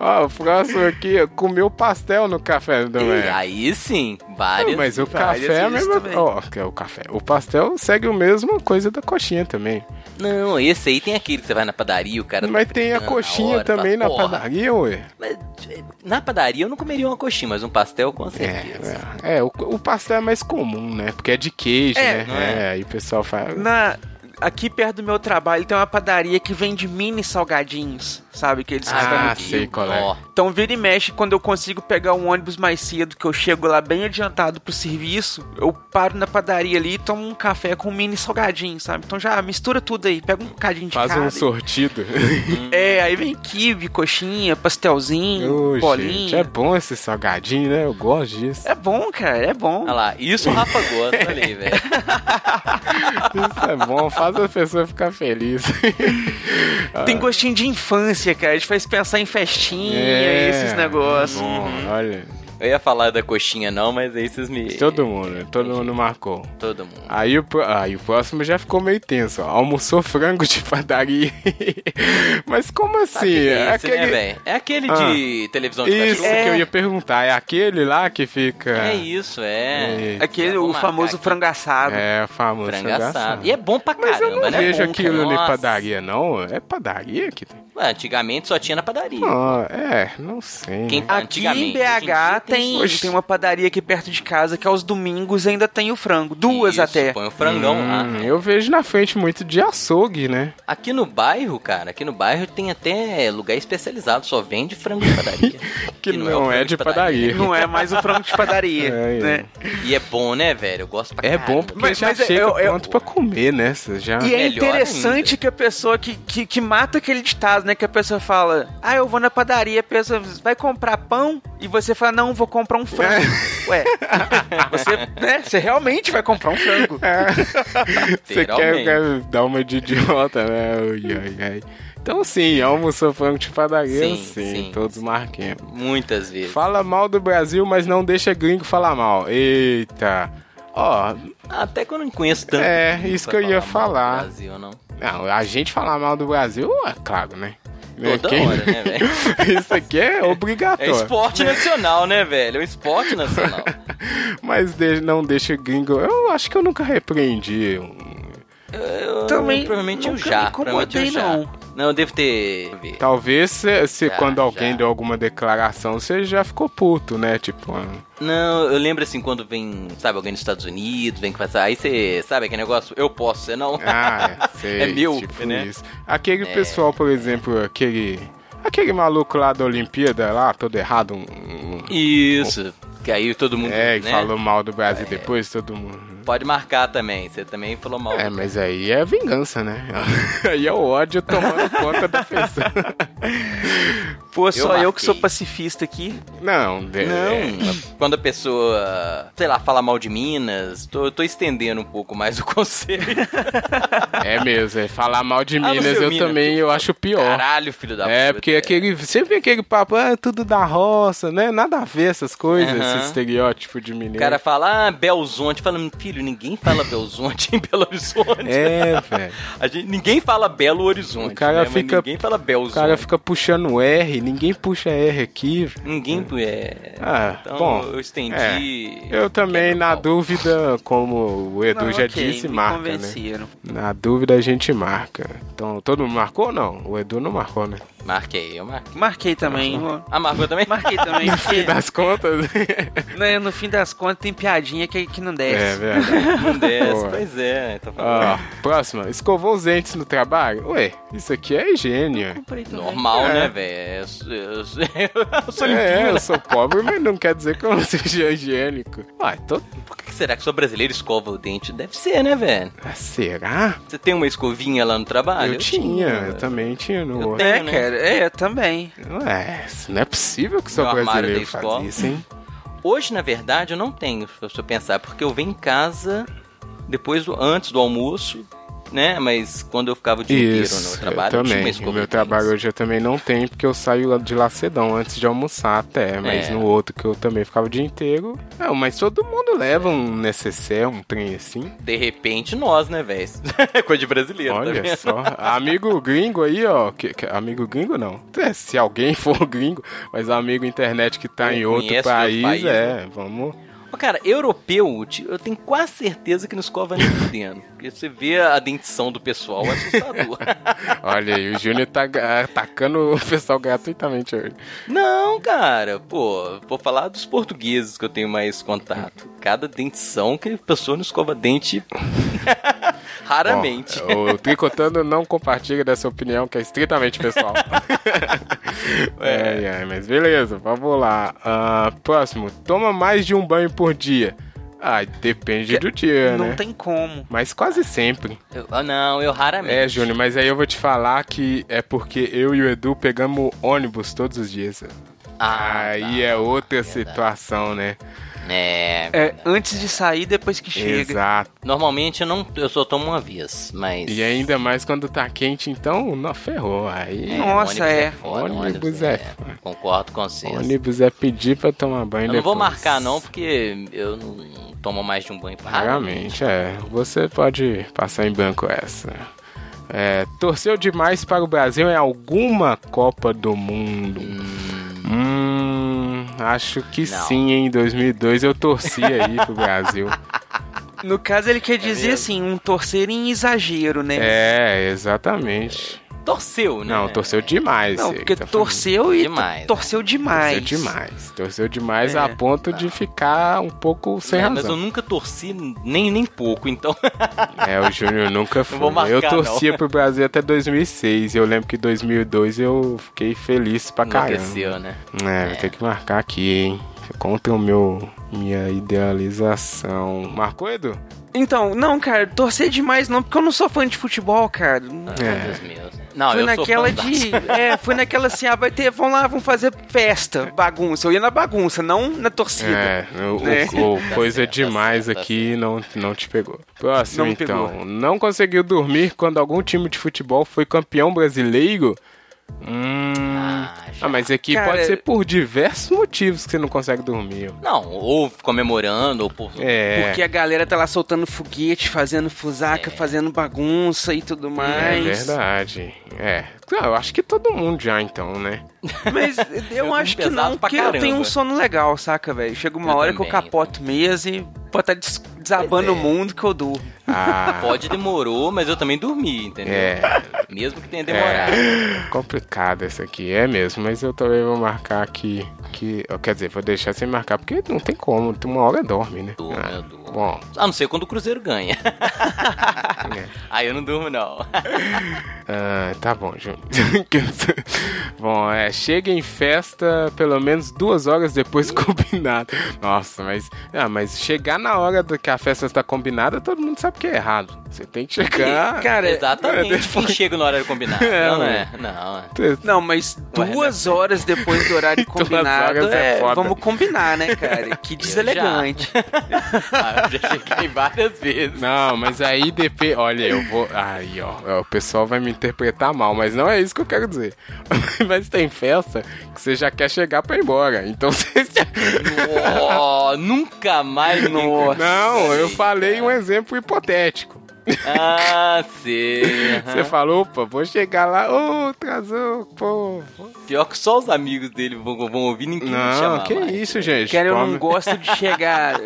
Ó, o próximo aqui ó, comeu pastel no café da manhã.
Aí sim, várias.
Mas o
várias
café é a
vezes
mesma
também.
Ó, que é o café. O pastel segue a mesma coisa da coxinha também.
Não, esse aí tem aquele que você vai na padaria, o cara...
Mas
tá
tem a
fritando na
coxinha
hora,
também
fala,
na
tá "Porra,
padaria, ué.
Mas, eh, na padaria eu não comeria uma coxinha, mas um pastel com certeza.
É, é, é, o, o pastel é mais comum, né? Porque é de queijo,
É,
né?
não é?
É, aí o pessoal fala.
Na... Aqui perto do meu trabalho tem uma padaria que vende mini salgadinhos, sabe? Que eles fazem
Ah,
no
sei
quilo.
qual é.
tá Ó,
Então vira e mexe, quando eu consigo pegar um ônibus mais cedo, que eu chego lá bem adiantado pro serviço, eu paro na padaria ali e tomo um café com um mini salgadinho, sabe? Então já mistura tudo aí, pega um bocadinho de
Faz
cada.
um sortido.
É, aí vem quibe, coxinha, pastelzinho,
Ô, gente,
bolinha.
é bom esse salgadinho, né? Eu gosto disso.
é... bom, cara, é bom.
olha lá, isso o Rafa gosta, olha aí, velho.
Isso é bom, faz a pessoa ficar feliz.
Tem gostinho de infância, cara. A gente faz pensar em festinha,
É.
esses negócios.
Bom,
Uhum.
olha.
Eu ia falar da coxinha não, mas aí vocês me...
Todo mundo, todo mundo marcou.
Todo mundo.
Aí o, pro- aí o próximo já ficou meio tenso, ó. Almoçou frango de padaria. Mas como assim?
é esse, né,
Aquele-
velho? Tá É aquele
Ah.
de televisão de
Isso
cachorro.
que eu ia perguntar, é aquele lá que fica.
É isso, é.
É.
Aquele,
Já vou
o
marcar
famoso
aqui.
frango assado.
É, o famoso.
Frango assado.
assado.
E é bom pra
Mas
caramba,
eu não
né?
vejo
Bom,
aquilo
cara.
de
Nossa.
padaria, não. É padaria que tem.
Ué, antigamente só tinha na padaria.
Ah, é, não sei.
Quem-
né?
Aqui em
Antigamente, hoje em
BH
dia
tem,
tem-
tem uma padaria aqui perto de casa que aos domingos ainda tem o frango. Duas
Isso,
até.
Põe o frangão ah, é. lá.
Hum, eu vejo na frente muito de açougue, né?
Aqui no bairro, cara, aqui no bairro tem até lugar especializado, só vende frango de padaria.
Que,
Que
não,
não é o
é
frango
de
de padaria.
padaria.
Não é mais o frango de padaria,
É, é.
né?
e é bom, né, velho? Eu gosto pra
É
caralho.
bom porque
Mas-
já
mas
chega
eu- eu-
pronto pra comer, né? Você já...
E é
Melhor
interessante
ainda.
que a pessoa que, que, que mata aquele ditado, né? Que a pessoa fala, ah, eu vou na padaria, a pessoa vai comprar pão e você fala, não, vou comprar um frango.
É.
Ué, você, né, você realmente vai comprar um frango.
Você quer,
Literalmente.
quer dar uma de idiota, né? Ai, ai, ai. Então sim, almoçou frango de padaria, sim,
Sim, sim.
todos marquemos.
Muitas vezes.
Fala mal do Brasil, mas não deixa gringo falar mal. Eita. Ó,
Até que eu não conheço tanto.
É,
pra
isso que eu ia
mal do
falar.
Brasil, não.
não, a gente falar mal do Brasil, é claro, né? Né,
Toda
quem-
hora, né, velho?
Isso aqui é
É
obrigatório.
esporte nacional, né, velho? É um esporte nacional.
mas de- não deixa gringo. Eu acho que eu nunca repreendi. um-
Eu- eu-
Também
Ah, Provavelmente eu
nunca
já.
me
provavelmente eu
incomodei,
já.
não.
Não, eu devo ter.
Talvez se, se
Já,
quando alguém
já.
deu alguma declaração, você já ficou puto, né? Tipo, ah,
Não, eu lembro assim quando vem, sabe, alguém dos Estados Unidos, vem conversar. Aí você, sabe aquele negócio? Eu posso, você não.
Ah, é, sei,
É meu,
tipo
né?
isso. Aquele pessoal, por exemplo, aquele. Aquele maluco lá da Olimpíada, lá, todo errado, um. um-
Isso. Que aí todo mundo.
é, e
né?
falou mal do Brasil depois, todo mundo.
Pode marcar também. Você também falou mal.
É, mas aí é vingança, né? aí é o ódio tomando conta da pessoa.
Pô, só eu, que
marquei.
sou pacifista aqui.
Não, não.
Não, quando a pessoa, sei lá, fala mal de Minas, tô, eu tô estendendo um pouco mais o conceito.
É mesmo, é falar mal de
não
Minas
sei,
eu
Minas,
também
tu-
eu acho pior.
Caralho, filho da
É,
puta.
porque aquele. Você vê aquele papo, ah, tudo da roça, né? Nada a ver essas coisas,
Aham.
esse estereótipo de
O
mineiro.
cara fala, ah, Belzonte. Fala, filho, ninguém fala Belzonte em Belo Horizonte.
É, velho.
A gente, ninguém fala Belo Horizonte.
O cara
né? Mas
fica-
Ninguém fala
O
Belzonte.
cara fica puxando R, ninguém puxa R aqui. velho.
Ninguém. É...
Ah,
Então
bom.
eu
é.
estendi.
Eu também,
Quebra
na
pau.
dúvida, como o Edu
Não,
já
ok,
disse,
me
marca, né?
convenceram.
Na dúvida a gente marca. Então, todo mundo marcou ou não? O Edu não marcou, né?
Marquei, eu marquei.
Marquei também. ó.
Ah, marcou também?
Marquei também. porque,
Das contas.
né, no fim das contas tem piadinha que, que não
é,
desce.
velho.
Não desce,
Boa.
um
Ah.
pois é. Tá falando.
Ó, próxima. Escovou os dentes no trabalho? Ué, isso aqui é higiene.
Normal,
É.
né, velho? Eu, eu, eu sou
É,
limpinho,
eu
né?
sou pobre, mas não quer dizer que eu não seja higiênico.
Ah,
Ué, tô...
Por que será que só brasileiro escova o dente? Deve ser, né, velho?
Ah, Será?
Você tem uma escovinha lá no trabalho?
eu, tinha, eu também tinha no
Ah, Eu
outro.
tenho,
É,
né?
cara, é, também.
Ué, isso não é possível que só
No armário
brasileiro
da
faz
escola.
isso, hein?
Hoje, na verdade, eu não tenho, se eu pensar, porque eu venho em casa depois do, antes do almoço, né? Mas quando eu ficava o dia inteiro no trabalho,
eu
tinha uma
também.
escova
No meu
de
trabalho
dentes.
hoje eu também não tenho, porque eu saio lá de Lacedão antes de almoçar até. Mas
É.
no outro que eu também ficava o dia inteiro. Não, mas todo mundo leva um necessaire, um trem assim.
De repente, nós, né, velho? Coisa de brasileiro, tá
Olha
vendo?
só. Amigo gringo aí, ó. que- que- amigo gringo não. É, se alguém for gringo, mas amigo internet que tá
Ou
em outro
conhece de outro
país,
país,
é. Vamos.
Ô, Cara, europeu, ti- eu tenho quase certeza que não escova nem fudendo. Porque você vê a dentição do pessoal, é assustador.
Olha aí, o Júnior tá ga- atacando o pessoal gratuitamente hoje.
não, cara, pô, vou falar dos portugueses que eu tenho mais contato. Cada dentição que a pessoa não escova dente raramente.
Bom, o Tricotando não compartilha dessa opinião que é estritamente pessoal. é, é, mas beleza, vamos lá. Ah, próximo, toma mais de um banho por dia. Ah, depende do dia,
não
né?
tem como.
Mas quase sempre.
Eu- ah, não, eu raramente.
É, Júnior, mas aí eu vou te falar que é porque eu e o Edu pegamos ônibus todos os dias.
Ah,
aí é outra situação, né?
É.
É, antes de sair, depois que chega.
Exato.
Normalmente eu não eu só tomo uma vez, mas.
E ainda mais quando tá quente, então, não, ferrou. Aí.
É,
Nossa,
ônibus
é.
foda, um
Ônibus é foda.
Concordo com vocês.
Ônibus é pedir pra tomar banho
Eu não vou
depois.
marcar, não, porque eu não tomo mais de um banho pra
Realmente, é. Você pode passar em banco essa. É, torceu demais para o Brasil em alguma Copa do Mundo. Hum, acho que
Não.
sim, em 2002 eu torci aí pro Brasil.
É
No caso, ele quer dizer assim, um torcer em exagero, né?
é, exatamente.
Torceu, né?
Não, torceu demais.
Não,
ele
porque
tá falando.
torceu e
Demais, né?
torceu demais.
Torceu demais. Torceu demais
É,
a ponto de ficar um pouco sem
É, mas eu
razão.
nunca torci nem, nem pouco, então.
É, o Júnior nunca foi.
vou marcar,
eu torcia pro Brasil até 2006. Eu lembro que em 2002 eu fiquei feliz pra caramba.
Enlouqueceu, né?
É, vou ter que marcar aqui, hein? Contra o meu. Minha idealização. Marcou, Edu?
Então, não, cara, torcer demais não, porque eu não sou fã de futebol, cara.
É.
Meu Deus meu. né? Não,
foi
eu
naquela
sou fã
de. É, foi naquela assim, ah, vai ter. Vamos lá, vamos fazer festa, bagunça. Eu ia na bagunça, não na torcida.
É, o,
Né?
o- o coisa
certo, tá
demais
certo, tá
aqui não, não te pegou. Próximo,
Não
então. Não conseguiu dormir quando algum time de futebol foi campeão brasileiro? Hum.
Ah, já.
Ah, mas aqui
Cara,
pode ser por diversos motivos que você não consegue dormir.
Não, ou comemorando, ou por.
É.
Porque a galera tá lá soltando foguete, fazendo fusaca,
É.
fazendo bagunça e tudo
É
mais.
verdade. É. Não, eu acho que todo mundo já, então, né?
Mas eu
durmo
acho que
É pesado
não,
pra
porque eu
caramba.
tenho um sono legal, saca, velho? Chega uma
Eu
hora que eu
também,
capoto mesa e pô, tá des- desabando o
Pois é.
mundo que eu durmo.
Ah,
Pode demorou, mas eu também dormi, entendeu?
É.
Mesmo que tenha demorado.
É complicado essa aqui, é mesmo, mas eu também vou marcar aqui. Que, ó, quer dizer, vou deixar sem marcar, porque não tem como, tu uma hora dorme, né?
Durmo,
Ah,
eu durmo.
Bom,
A não ser quando o Cruzeiro ganha.
É.
Aí eu não durmo, não.
ah, tá bom, Júnior. bom, é, chega em festa pelo menos duas horas depois do combinado. Nossa, mas, ah, mas chegar na hora do que a festa está combinada, todo mundo sabe que é errado. Você tem que chegar.
Cara,
Exatamente. Quem chega no horário combinado.
É,
não, não
ué.
é. Não, é.
Não, mas
Ué,
duas horas depois do horário
Então
Duas
combinado,
horas é
é,
foda.
vamos combinar, né, cara? Que deselegante.
Ah, eu já cheguei várias vezes.
Não, mas aí depois. Olha, eu vou. Aí, ó. O pessoal vai me interpretar mal, mas não é isso que eu quero dizer. Mas tem festa que você já quer chegar pra ir embora. Então você. já-
Ó, nunca mais ninguém
Nossa.
Não, eu
Sei,
falei
cara.
um exemplo hipotético.
Ah, sei.
Você
aham.
falou, opa, vou chegar lá. Ô, atrasou, pô.
Pior que só os amigos dele vão, vão ouvir ninguém me
Não,
chamar
que
mais.
isso, gente.
Cara, eu
Come-
não gosto de chegar.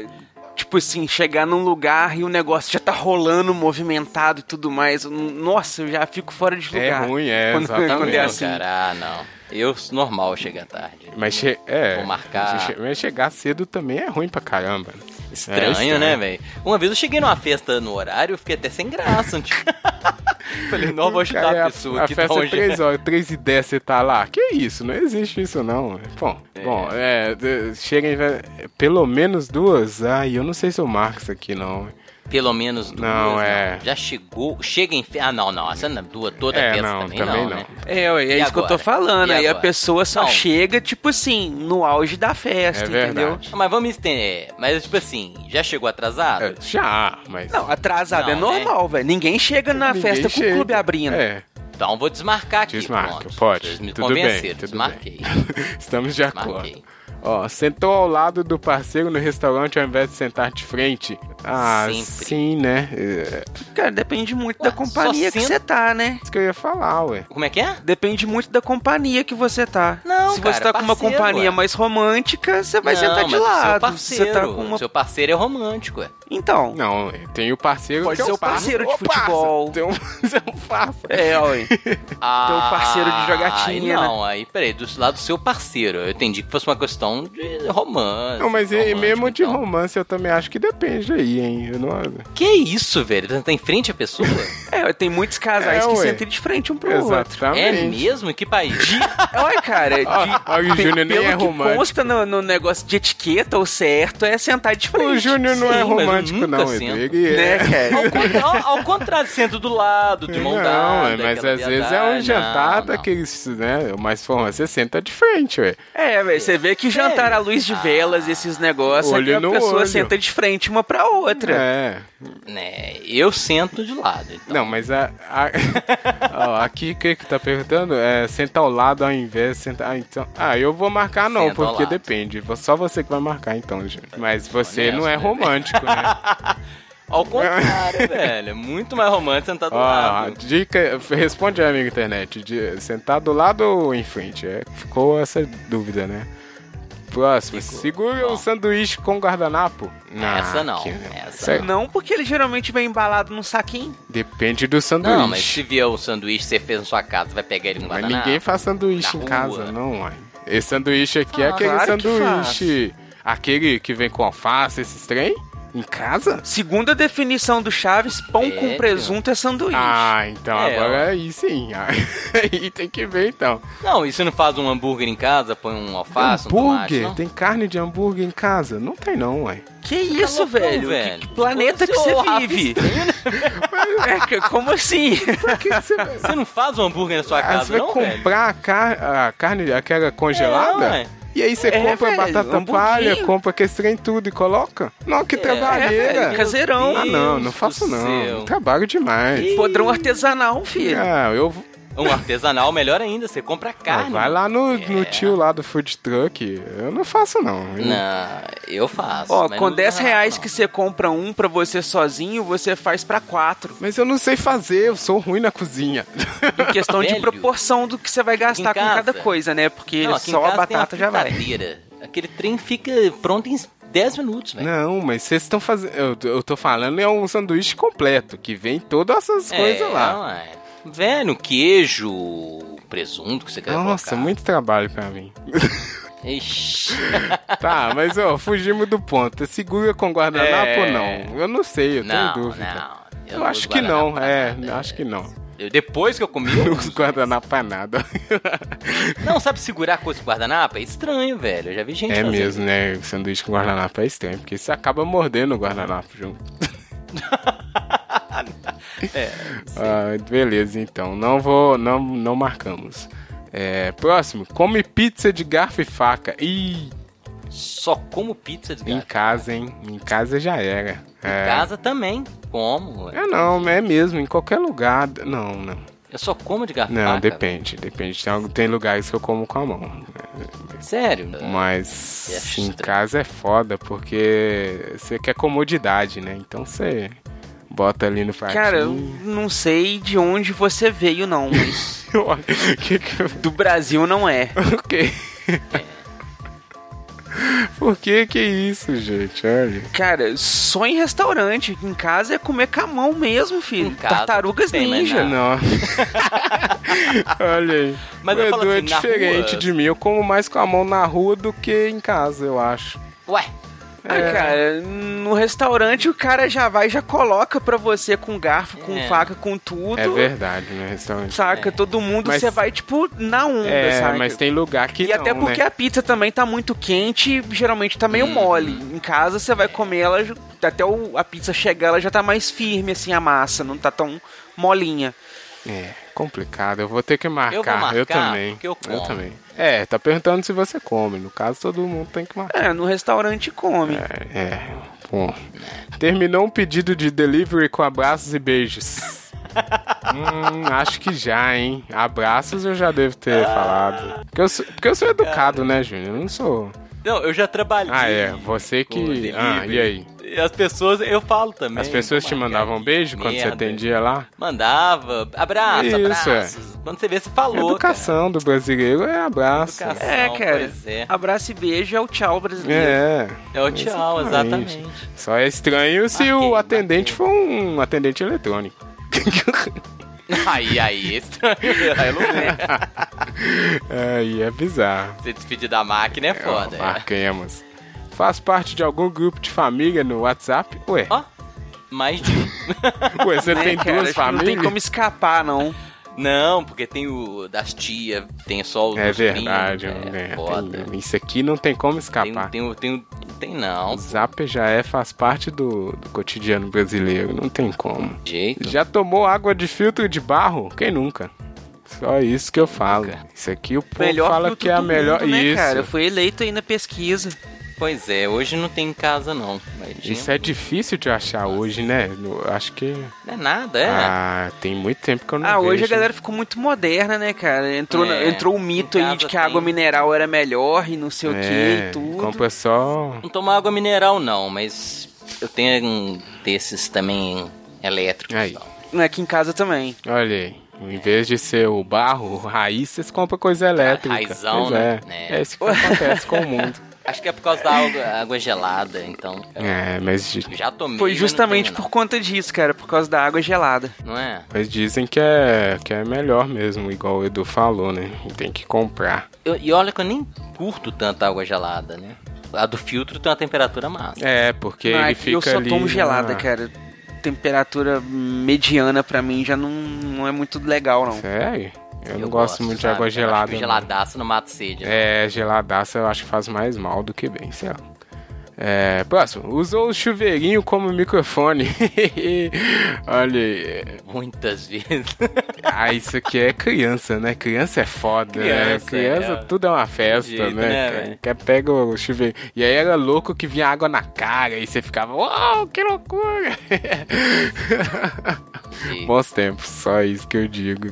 Tipo assim, chegar num lugar e o negócio já tá rolando, movimentado e tudo mais. Eu não- Nossa, eu já fico fora de
É
lugar.
ruim, é,
Quando- quando é
exatamente.
Não,
assim.
cara, ah, não. Eu, normal, chegar tarde.
Mas, che- é,
Vou marcar.
che- mas chegar cedo também é ruim pra caramba. É
Estranho, né, velho? Uma vez eu cheguei numa festa no horário, eu fiquei até sem graça. Tipo... Falei, não, vou ajudar
Cara,
a pessoa
a,
aqui
a festa
tá
é
longe.
3 horas, 3 e 10 você tá lá. Que isso? Não existe isso, não. Bom, bom, é, d- chega em ve- pelo menos duas. Ai, eu não sei se eu marco isso aqui, não.
Pelo menos duas.
Não, é.
Já chegou. Chega em. fe- Ah, não, não. Essa não, duas, toda
é,
festa
não,
também,
também
não.
não.
Né?
É, ué, é
E
isso que eu tô
agora?
falando.
E
Aí a
agora?
pessoa só
Não.
chega, tipo assim, no auge da festa,
É
entendeu?
verdade.
Ah, Mas vamos estender. Mas, tipo assim, já chegou atrasado?
É, já, mas.
Ah, Não, atrasado
Não, né?
é normal, velho. Ninguém chega na
ninguém
festa com
chega.
o clube abrindo.
É,
Então vou desmarcar aqui.
desmarca,
pronto.
pode.
Vocês me
tudo bem.
convenceram,
tudo
desmarquei.
bem. Estamos de acordo.
Marquei.
Ó, sentou ao lado do parceiro no restaurante ao invés de sentar de frente. Ah,
Sempre.
sim, né? É,
Cara, depende muito da
Ué,
companhia
só
que
senta-
você tá, né?
isso que eu ia falar, ué.
Como é que é?
Depende muito da companhia que você tá.
Não,
Se
cara,
você tá com uma
parceiro,
companhia
ué.
mais romântica, você vai
não,
tá
sentar de
mas o Seu
lado. Se
parceiro,
você tá com uma.
o Seu parceiro é romântico, é.
Então.
Não, tem o parceiro
Pode
que é
ser
o
o parceiro de
Ô, parça,
futebol.
Tem um, tem um parça.
É, ué.
Ah,
parceiro de né? jogatinha,
aí Não, aí, peraí, do lado do seu parceiro. Eu entendi que fosse uma questão de romance.
Não, mas e-
Assim, romântico,
mesmo de
então.
romance eu também acho que depende aí, hein? Eu não...
Que isso, velho? Você tá em frente à pessoa?
É, ué, tem muitos casais
É,
que
ué.
sentam de frente um pro outro.
é
Exatamente.
mesmo? Que país?
Olha, cara, de,
Ó, ó, o Júnior Ah, nem
pelo
é
que
romântico.
consta no, no negócio de etiqueta, o certo é sentar de frente.
o Júnior não é
Sim, mas eu
romântico,
nunca
não,
sinto.
Edu. Ele
Né,
é.
cara?
Ao, contra- ao- ao contrário, sento do lado, de mão
Não,
dada.
é, mas
aquela
às vezes é
viadagem. Ah,
um jantar
Não, não.
daqueles, né? Mais formal, você senta de frente, ué.
É, velho, você vê que jantar à luz de velas, esses negócios,
Ah. Olho
é que a
no
pessoa
olho.
senta de frente uma pra outra.
É.
Né, eu sento de lado. então.
Não, mas a. a- ó, aqui o que que tá perguntando é sentar ao lado ao invés de sentar. Ah, então. Ah, eu vou marcar não,
Senta ao
porque
lado.
depende. Só você que vai marcar então, Júnior. Mas você não é
honesto, né?
romântico, né?
Ao contrário, velho. É muito mais romântico sentar do
Ó,
lado.
Ah, dica, responde aí, amigo internet. De, sentar do lado ou em frente? É, ficou essa dúvida, né? Próximo. Segura
Bom.
um sanduíche com guardanapo. Ah,
Essa não,
que-
essa
isso-
Não, porque ele geralmente vem embalado num saquinho.
Depende do um sanduíche.
Não, mas se vier o sanduíche que você fez na sua casa, vai pegar ele no
Mas
guardanapo?
ninguém faz sanduíche
Na
em casa,
rua.
não, ué. Esse sanduíche aqui é
Ah,
aquele
claro que
sanduíche. aquele que vem com alface, esses trem? Em casa?
Segundo a definição do Chaves, pão
Sério?
com presunto é sanduíche.
Ah, então
É,
agora aí sim. Aí tem que ver então.
Não, e você não faz um hambúrguer em casa? Põe um alface, um tomate,
hambúrguer?
não?
tem carne de hambúrguer em casa? Não tem não, ué.
que isso,
Tá loucão,
velho?
velho.
Que, que planeta que
Ô,
você
Rafa,
vive? É, cara, como assim?
Pra que você vai,
Você não faz um hambúrguer na sua
Ah,
casa,
você vai
não, velho?
comprar a, car- a carne, aquela congelada?
É, ué.
e aí você
É,
compra
velho,
batata
hamburguinho.
palha, compra aquele trem tudo e coloca? Não, que
É,
trabalheira.
velho, caseirão.
ah, não, não
Deus
faço
do
não.
céu.
Eu Trabalho demais.
Podrão artesanal, filho.
Ah, eu vou- Ah,
Um artesanal, melhor ainda, você compra carne.
vai lá no, no
É.
tio lá do food truck. Eu não faço, não. Eu-
Não, eu faço.
Ó,
mas
com
não
10
dá,
reais
não.
que você compra um pra você sozinho, você faz pra quatro.
Mas eu não sei fazer, eu sou ruim na cozinha.
Em questão de
Velho.
proporção do que você vai gastar
Aqui em
com
casa.
cada coisa, né? Porque
Não, aqui em
só a
casa tem uma
batata já vai.
fritadeira. Aquele trem fica pronto em 10 minutos, velho.
não, mas vocês estão fazendo. Eu, eu tô falando, é um sanduíche completo, que vem todas essas
É,
coisas lá.
ué. Velho, queijo, presunto que você quer
Nossa,
colocar.
muito trabalho pra mim.
Ixi.
Tá, mas ó, fugimos do ponto. Segura com guardanapo
É.
ou não? Eu não sei, eu tenho
não,
dúvida.
não.
Eu,
não
acho
uso
que não,
guardanapo
é,
pra nada.
acho que não.
Eu- depois que eu comi, eu
Não
uso.
uso guardanapo pra nada.
Não, sabe segurar coisa com guardanapo? É estranho, velho. Eu já vi Então, gente
É
fazer.
mesmo, né? Sanduíche com guardanapo é estranho, porque você acaba mordendo o guardanapo junto. Ah, beleza, então. Não vou. Não, não marcamos. É, próximo, come pizza de garfo e faca. Ih,
Só como pizza de
em
gato.
casa, hein? Em casa já era.
Em
É,
casa também. Como? ué.
é não, é mesmo, em qualquer lugar. Não, não.
Eu só como de garfo. Ah, e
Não,
faca,
depende, depende. Tem, tem lugares que eu como com a mão.
velho. Sério? É
Mas em
estranho.
casa é foda, porque você quer comodidade, né? Então você bota ali no pratinho.
Cara, eu não sei de onde você veio, não, mas
olha, que que... eu-
do Brasil não é.
Por quê?
É.
Por que que é isso, gente? Olha.
Cara, só em restaurante. Em casa é comer com a mão mesmo, filho.
Em casa,
Tartarugas
tudo bem, mas
ninja.
na-
Não. olha aí.
Mas
o
eu
Edu
falo
é
assim, na
diferente
rua-
de mim. Eu como mais com a mão na rua do que em casa, eu acho.
Ué,
Ah,
É.
cara, no restaurante o cara já vai e já coloca pra você com garfo, com
É.
faca, com tudo.
É verdade, né? Restaurante.
Saca?
É.
Todo mundo
Mas-
você vai, tipo, na onda,
É,
saca?
mas tem lugar que
e
não,
até porque
né?
a pizza também tá muito quente e geralmente tá
Hum.
meio mole. Em casa você vai comer ela, ju- até o- a pizza chegar, ela já tá mais firme, assim, a massa, não tá tão molinha.
É, complicado. Eu vou ter que marcar.
Eu
Eu,
vou marcar,
também.
porque eu como.
também. É, tá perguntando se você come. No caso, todo mundo tem que marcar.
É, no restaurante come.
É, bom. Terminou um pedido de delivery com abraços e beijos. hum, acho que já, hein? Abraços eu já devo ter
Ah.
falado. Porque eu sou, porque eu sou educado, né, Júnior? Eu não sou.
não, eu já trabalhei.
Ah, é. Você
com
que.
delivery.
Ah, e aí?
E As pessoas, eu falo também.
As pessoas te
Pô, cara,
mandavam
que
beijo quando você
merda.
atendia lá?
Mandava. Abraço,
Isso, é.
abraços. Quando você vê, você falou.
Educação do brasileiro é abraço.
Educação.
É,
Não,
cara.
pois é.
Abraço e beijo é o tchau brasileiro.
É.
Cara. É o tchau,
Exatamente.
exatamente.
Só é estranho se o
Marquei,
atendente for um atendente eletrônico.
Aí, aí, estranho. Aí, não é.
Aí é bizarro.
Você despedir da máquina é foda.
Ó,
é.
Marquemos. Faz parte de algum grupo de família no WhatsApp? Ué,
Ó, mais de um.
ué você
né,
tem
cara?
duas
Acho que Não
famílias?
tem como escapar, não.
Não, porque tem o das tia, tem só o
É
né,
dos primos,
verdade,
é,
né?
foda.
Tem- isso aqui não tem
um
como
Tem,
escapar.
tem, o- tem, o- tem não,
O Zap já é, faz parte do, do cotidiano brasileiro, não tem como.
de jeito.
Já tomou água de filtro de barro? Quem nunca? Só isso que eu falo.
Nunca.
Isso aqui o povo
Melhor
fala
fruto
que é a
do
melhor.
mundo, né,
isso.
cara? Foi eleito aí na pesquisa.
Pois é, hoje não tem em casa não. Mas
Isso
tinha-
é difícil de achar hoje, né? No- Acho que.
Não é nada, é.
Ah, tem muito tempo que eu não
Ah, hoje a
vejo.
galera ficou muito moderna, né, cara? Entrou, na-
É,
entrou o
em
mito aí
casa
de que a água
tem.
mineral era melhor e não sei o que
É,
e tudo.
Compra só.
Não tomo água mineral não, mas eu tenho um desses também elétricos.
Aí.
não.
Aqui em casa também.
Olha aí. Em vez de ser o barro, o raiz, vocês compram coisa elétrica.
Raizão,
Pois
né?
É.
É.
é isso que acontece com o mundo.
Acho que é por causa da água, água gelada, então.
É, mas, di-
Já tomei.
Foi
mas
justamente
não tenho,
por conta disso, cara, por causa da água gelada.
Não, não é?
mas dizem que é, que é melhor mesmo, igual o Edu falou, né? Tem que comprar.
Eu- e olha que eu nem curto tanta água gelada, né? A do filtro tem uma temperatura massa.
É, porque
Ah,
ele
aqui
fica
eu só
ali
tomo gelada,
na-
cara. Temperatura mediana pra mim já não, não é muito legal, não.
Sério? Eu, não gosto, muito de água
sabe? Eu acho
gelada.
que
não.
Geladaço no mato sede. né?
É, geladaça eu acho que faz mais mal do que bem, sei lá. É, próximo. Usou o chuveirinho como microfone. Olha aí.
Muitas vezes.
Ah, isso aqui é criança, né? Criança é foda,
Criança,
né? Criança,
é.
tudo é uma festa,
jeito,
né?
né,
cara?
velho?
que pega o chuveirinho. E aí era louco que vinha água na cara e você ficava, uau, que loucura!
Sim.
Bons tempos, só isso que eu digo.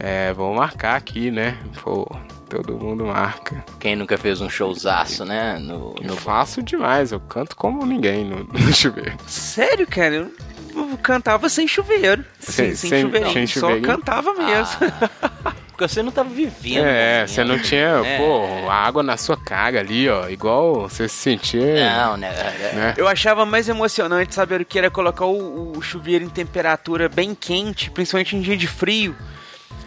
É, vamos marcar aqui, né? Pô, todo mundo marca.
Quem nunca fez um showzaço, né? No,
Eu
no...
faço demais, eu canto como ninguém no, no chuveiro.
Sério, cara, eu eu cantava sem chuveiro.
Sem-
Sim, sem,
sem-
chuveirinho.
sem chuveirinho.
Só cantava mesmo.
Porque você não tava vivendo.
É,
né?
você não tinha,
É.
pô, a água na sua cara ali, ó, igual você se sentia.
Não, né? É,
Né?
Eu achava mais emocionante saber o que era colocar o, o chuveiro em temperatura bem quente, principalmente em dia de frio.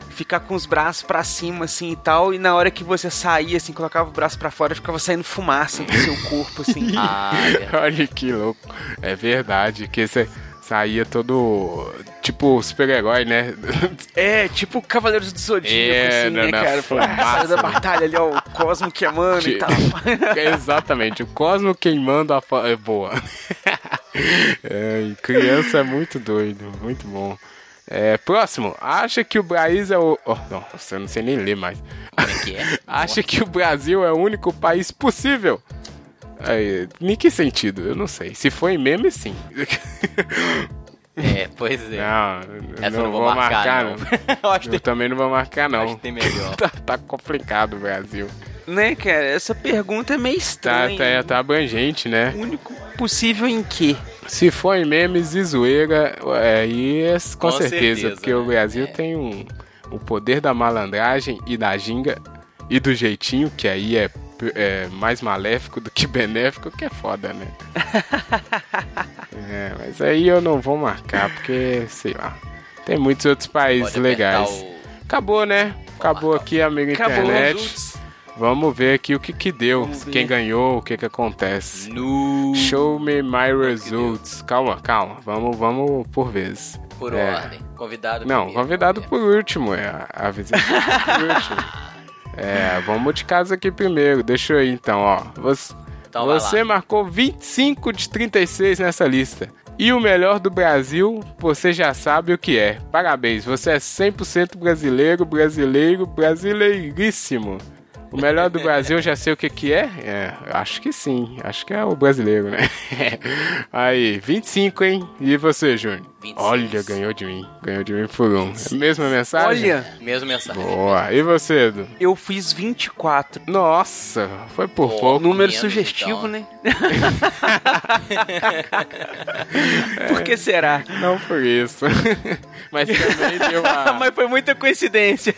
Ficar com os braços pra cima, assim e tal, e na hora que você saía, assim, colocava o braço pra fora, ficava saindo fumaça do seu corpo, assim.
Ah, é.
Olha que louco. É verdade, que você saía todo. Tipo super-herói, né?
É, tipo Cavaleiros do Zodíaco,
É,
assim, né,
na- na
cara? Pô, ah, saiu da batalha ali, ó, o Cosmo queimando
Que-
e tal.
Exatamente, o Cosmo queimando a. fa- É boa. É, e criança é muito doido, muito bom. É, próximo, acha que o Braís é o. Oh, não, eu não sei nem ler mais.
Como é que é?
Acha que o Brasil é o único país possível? Aí, em que sentido? Eu não sei. Se foi meme, sim.
É, pois é.
Não, eu
Essa eu
não, vou marcar, não.
não. Eu acho que
Eu
tem,
também não vou marcar,
acho
não.
que tem melhor.
Tá, tá complicado o Brasil.
né, cara? Essa pergunta é meio
Tá,
estranha.
tá, tá abrangente, né?
Único possível em quê?
Se for em memes e zoeira, aí é, com,
Com
certeza,
certeza,
porque o
né?
Brasil
É.
tem um, o poder da malandragem e da ginga e do jeitinho, que aí é, p- é mais maléfico do que benéfico, que é foda, né? é, mas aí eu não vou marcar, porque, sei lá, tem muitos outros países
Pode
legais.
apertar
Acabou, né? Acabou
então.
aqui a amiga
Acabou.
internet. Vamos ver aqui o que que deu,
Vamos ver.
quem ganhou, o que que acontece.
o... Nu...
Show me my results. Calma, calma. Vamos, vamos por vezes.
Por
É.
ordem. Convidado
Não,
primeiro, né?
convidado
primeiro.
por último. É, a- a visita por último. É, vamos de casa aqui primeiro. Deixa eu ir então, ó. Você,
Então vai
você marcou 25 de 36 nessa lista. E o melhor do Brasil, você já sabe o que é. Parabéns, você é 100% brasileiro, brasileiro, brasileiríssimo. O melhor do Brasil, eu já sei o que que é? É, eu acho que sim. Acho que é o brasileiro, né? Aí, 25, hein? E você, Júnior?
26.
Olha, ganhou de mim. Ganhou de mim por um. É a mesma mensagem?
Olha,
Mesmo É. mensagem.
Boa. E você, Edu?
eu fiz 24.
Nossa, foi por
Boa.
pouco.
Número
Menos,
sugestivo,
então.
né? Por que será?
Não por isso. Mas também deu a,
Mas foi muita coincidência.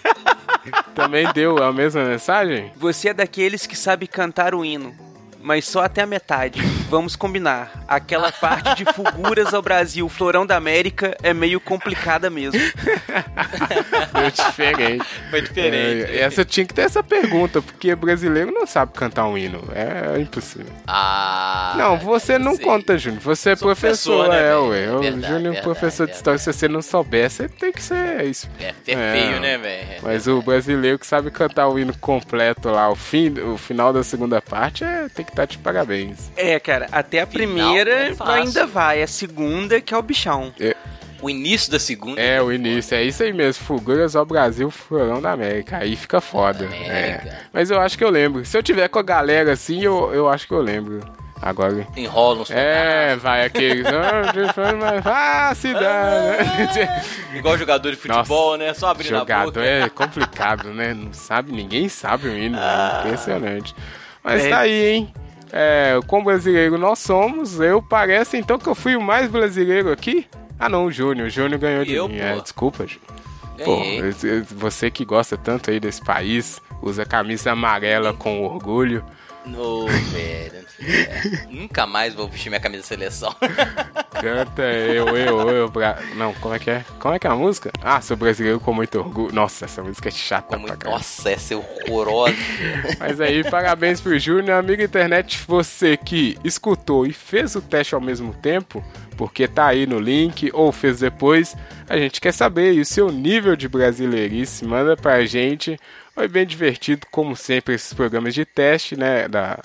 também deu a mesma mensagem?
Você é daqueles que sabe cantar o hino, mas só até a metade. Vamos combinar. Aquela parte de fulguras ao Brasil, florão da América, é meio complicada mesmo.
Deu diferente.
Foi diferente.
É, essa tinha que ter essa pergunta, porque brasileiro não sabe cantar um hino. É impossível.
Ah...
não, você não
sei.
conta, Júnior. Você é
Sou
professor,
professor, né,
é,
velho?
ué. O
Verdade,
Júnior é
verdade,
professor de
verdade.
história. Se você não souber, você tem que ser isso.
É, é feio, né, velho?
Mas o brasileiro que sabe cantar o hino completo lá, o, fim, o final da segunda parte, é, tem que estar de parabéns.
É, cara, até a
Final
primeira
é fácil.
ainda vai, a segunda que é o bichão.
O início da segunda...
É, o início, é isso aí mesmo. Fulguras ao Brasil, Florão da América. Aí fica foda.
América.
é. Mas eu acho que eu lembro. Se eu tiver com a galera assim, eu, eu acho que eu lembro. Agora.
Enrola uns...
É, vai aqueles. Ah, cidade.
Igual jogador de futebol, né? Só abrindo a
Jogador
boca.
é complicado, né? Não sabe, ninguém sabe o hino.
Ah.
né? Impressionante. Mas tá aí, hein? É, com brasileiro nós somos. Eu parece então que eu fui o mais brasileiro aqui. Ah não, o Júnior. O Júnior ganhou de
Eu,
mim.
pô.
É, desculpa, Júnior. é, Pô,
Ganhei.
esse- esse- você que gosta tanto aí desse país, usa camisa amarela com orgulho.
Ô, velho. É, Nunca mais vou vestir minha camisa de seleção.
Canta eu, eu, eu. Bra... Não, como é que é? Como é que é a música? Ah, sou brasileiro com muito orgulho. Nossa, essa música é chata
Como-
pra caramba.
nossa, essa é horrorosa.
Mas aí, parabéns pro Júnior, amigo internet, você que escutou e fez o teste ao mesmo tempo, porque tá aí no link ou fez depois, a gente quer saber e o seu nível de brasileirice, manda pra gente. Foi bem divertido, como sempre, esses programas de teste, né, da,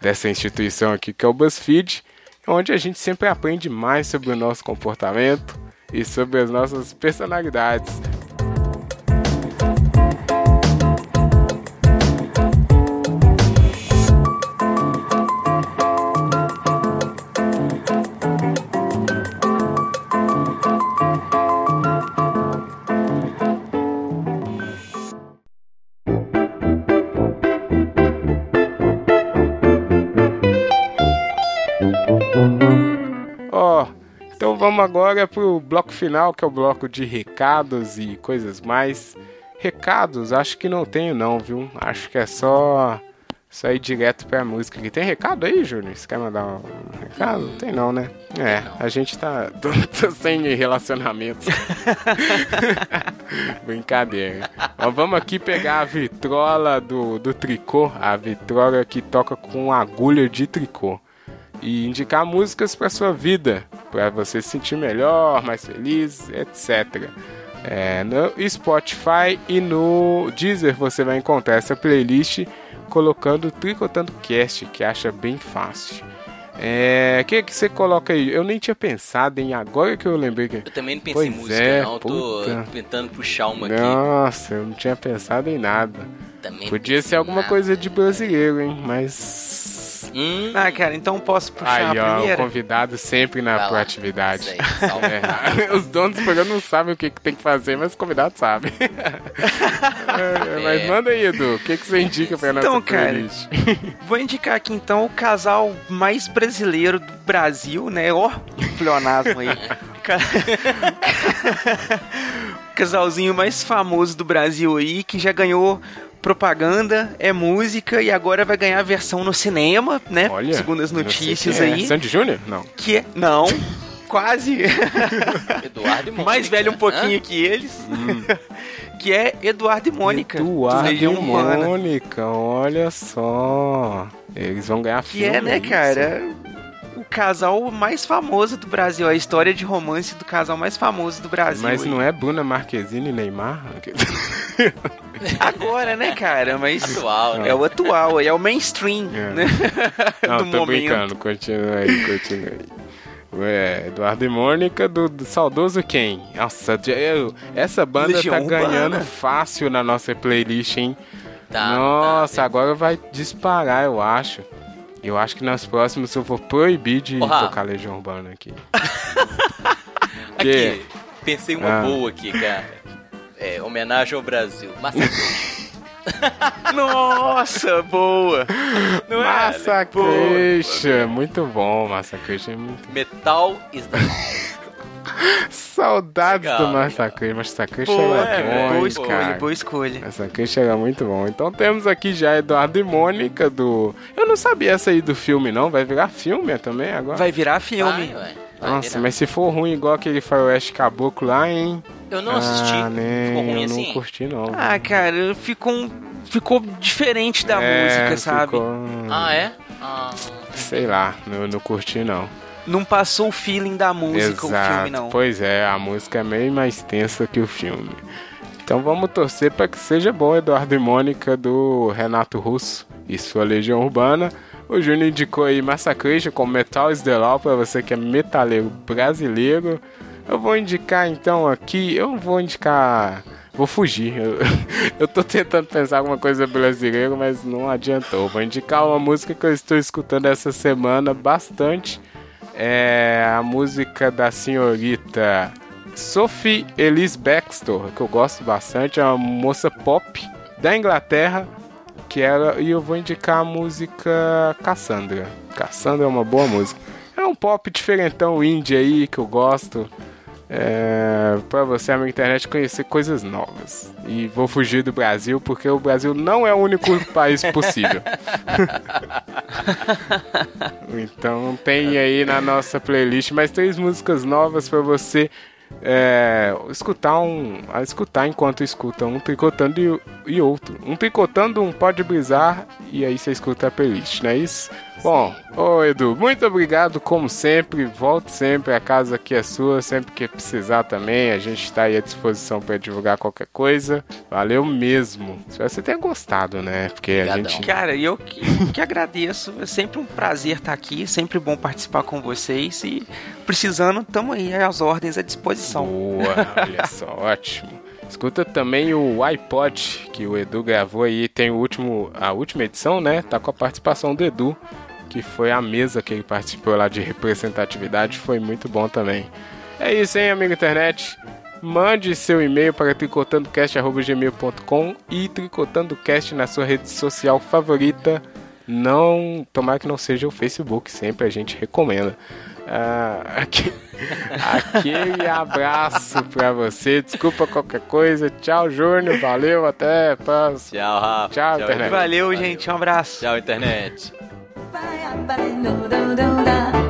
dessa instituição aqui que é o BuzzFeed, onde a gente sempre aprende mais sobre o nosso comportamento e sobre as nossas personalidades. Ó, então vamos agora pro bloco final, que é o bloco de recados e coisas mais. Recados, acho que não tenho não, viu? Acho que é só, só ir direto pra música aqui. Tem recado aí, Júnior? Você quer mandar um recado? Não tem não, né? É, a gente tá tô- tô sem relacionamento. Brincadeira. Mas vamos aqui pegar a vitrola do, do tricô, a vitrola que toca com agulha de tricô e indicar músicas para sua vida, para você se sentir melhor, mais feliz, etc. É, no Spotify e no Deezer você vai encontrar essa playlist colocando Tricotando Cast, que acha bem fácil. É, o que, que você coloca aí? Eu nem tinha pensado em agora que eu lembrei que.
Eu também não pensei
Pois
em música,
é,
não. Eu Tô
puta.
tentando puxar uma aqui.
Nossa, eu não tinha pensado em nada.
Também não
Podia
pensei
ser
em
alguma
nada.
coisa de brasileiro, hein? Mas
Hum,
Ah, cara, então posso puxar
Aí,
a
ó, o
primeira?
convidado sempre na
Vai lá.
proatividade.
Isso aí, salve.
É, os donos do programa não sabem o que, que tem que fazer, mas o convidado sabe. É, mas
É.
manda aí, Edu. O que, que você indica pra nossa
Então, cara,
playlist?
Vou indicar aqui então o casal mais brasileiro do Brasil, né? Ó, pleonasmo aí. Ca- o casalzinho mais famoso do Brasil aí, que já ganhou propaganda, é música e agora vai ganhar a versão no cinema, né? Segundo as
não sei
notícias
quem é.
aí.
Sandy Júnior? Não.
Que é... Não, quase.
Eduardo
Hum.
e Mônica. né?
mais velho um pouquinho que eles. que é Eduardo e Mônica. dos
Eduardo e
Legião Urbana.
Mônica, olha só. Eles vão ganhar
Que
filme,
é, né,
isso.
cara? O casal mais famoso do Brasil. A história de romance do casal mais famoso do Brasil.
Mas não é Bruna Marquezine e Neymar?
Agora, né, cara? Mas.
Atual, né?
É o atual, aí é o mainstream,
É.
né?
Não,
do
tô
momento.
brincando, continua aí, continua aí. É, Eduardo e Mônica do, do saudoso quem? Nossa, já- eu- essa banda
Legião
tá
Urbana.
ganhando fácil na nossa playlist, hein?
Tá,
nossa,
tá.
agora vai disparar, eu acho. Eu acho que nas próximas eu vou proibir de
Ô, Rafa.
tocar Legião Urbana aqui.
Aqui, pensei uma
É. Ah.
boa aqui, cara. É, homenagem ao Brasil. assim, Massacre.
Nossa, boa! Não é,
Massacration, muito bom, Massacration. muito-
Metal is the
Saudades
Legal,
do
legal.
Massacration, Massacration
Boa,
era
é,
bom,
boa
hein,
escolha,
cara.
boa escolha.
Essa queixa era muito bom. Então temos aqui já Eduardo e Mônica do. Eu não sabia essa aí do filme, não. Vai virar filme é, também agora?
Vai virar filme.
Vai, ué. Tá Vai
Nossa,
virar.
mas se for ruim igual aquele Faroeste Caboclo lá, hein?
Eu não assisti.
Ah, né?
Ficou
eu
ruim
não
assim?
curti, não.
Ah, cara, ficou, um- ficou diferente da
É,
música, sabe?
ficou-
Ah, é? Ah,
Sei lá, eu não curti, não.
Não passou o feeling da música o filme, não.
Pois é, a música é meio mais tensa que o filme. Então vamos torcer para que seja bom Eduardo e Mônica do Renato Russo e sua Legião Urbana. O Júnior indicou aí Massacration com Metal is the Law para você que é metaleiro brasileiro. Eu vou indicar então aqui, eu não vou indicar, vou fugir. Eu, eu tô tentando pensar alguma coisa brasileira, mas não adiantou. Vou indicar uma música que eu estou escutando essa semana bastante é a música da senhorita Sophie Elise Baxter, que eu gosto bastante, é uma moça pop da Inglaterra, que ela e eu vou indicar a música Cassandra. Cassandra é uma boa música. É um pop diferentão indie aí que eu gosto. É, para você, amigo internet, conhecer coisas novas. E vou fugir do Brasil porque o Brasil não é o único país possível. então tem aí na nossa playlist mais três músicas novas para você é, escutar um a escutar enquanto escuta um tricotando e, e outro. Um tricotando, um pode brisar e aí você escuta a playlist, não é isso? Bom, ô Edu, muito obrigado como sempre. Volte sempre, a casa aqui é sua, sempre que precisar também. A gente está aí à disposição para divulgar qualquer coisa. Valeu mesmo. Espero que você tenha gostado, né? Porque
Obrigadão.
a gente.
Cara, eu que, que agradeço. É sempre um prazer estar aqui, sempre bom participar com vocês. E precisando, estamos aí às ordens à disposição.
Boa, olha só, ótimo. Escuta também o iPod que o Edu gravou aí, tem o último, a última edição, né? Tá com a participação do Edu, que foi a mesa que ele participou lá de representatividade, foi muito bom também. É isso, hein, amigo internet? Mande seu e-mail para tricotandocast.gmail.com e tricotandocast na sua rede social favorita. Não, tomara que não seja o Facebook, sempre a gente recomenda. Ah, aque- aquele abraço pra você. Desculpa qualquer coisa. Tchau, Júnior. Valeu, até a próxima.
Tchau, Rafa.
Tchau, internet.
Valeu, gente. Um abraço.
Tchau, internet.
Ba-ya, ba-ya, do, do, do, da.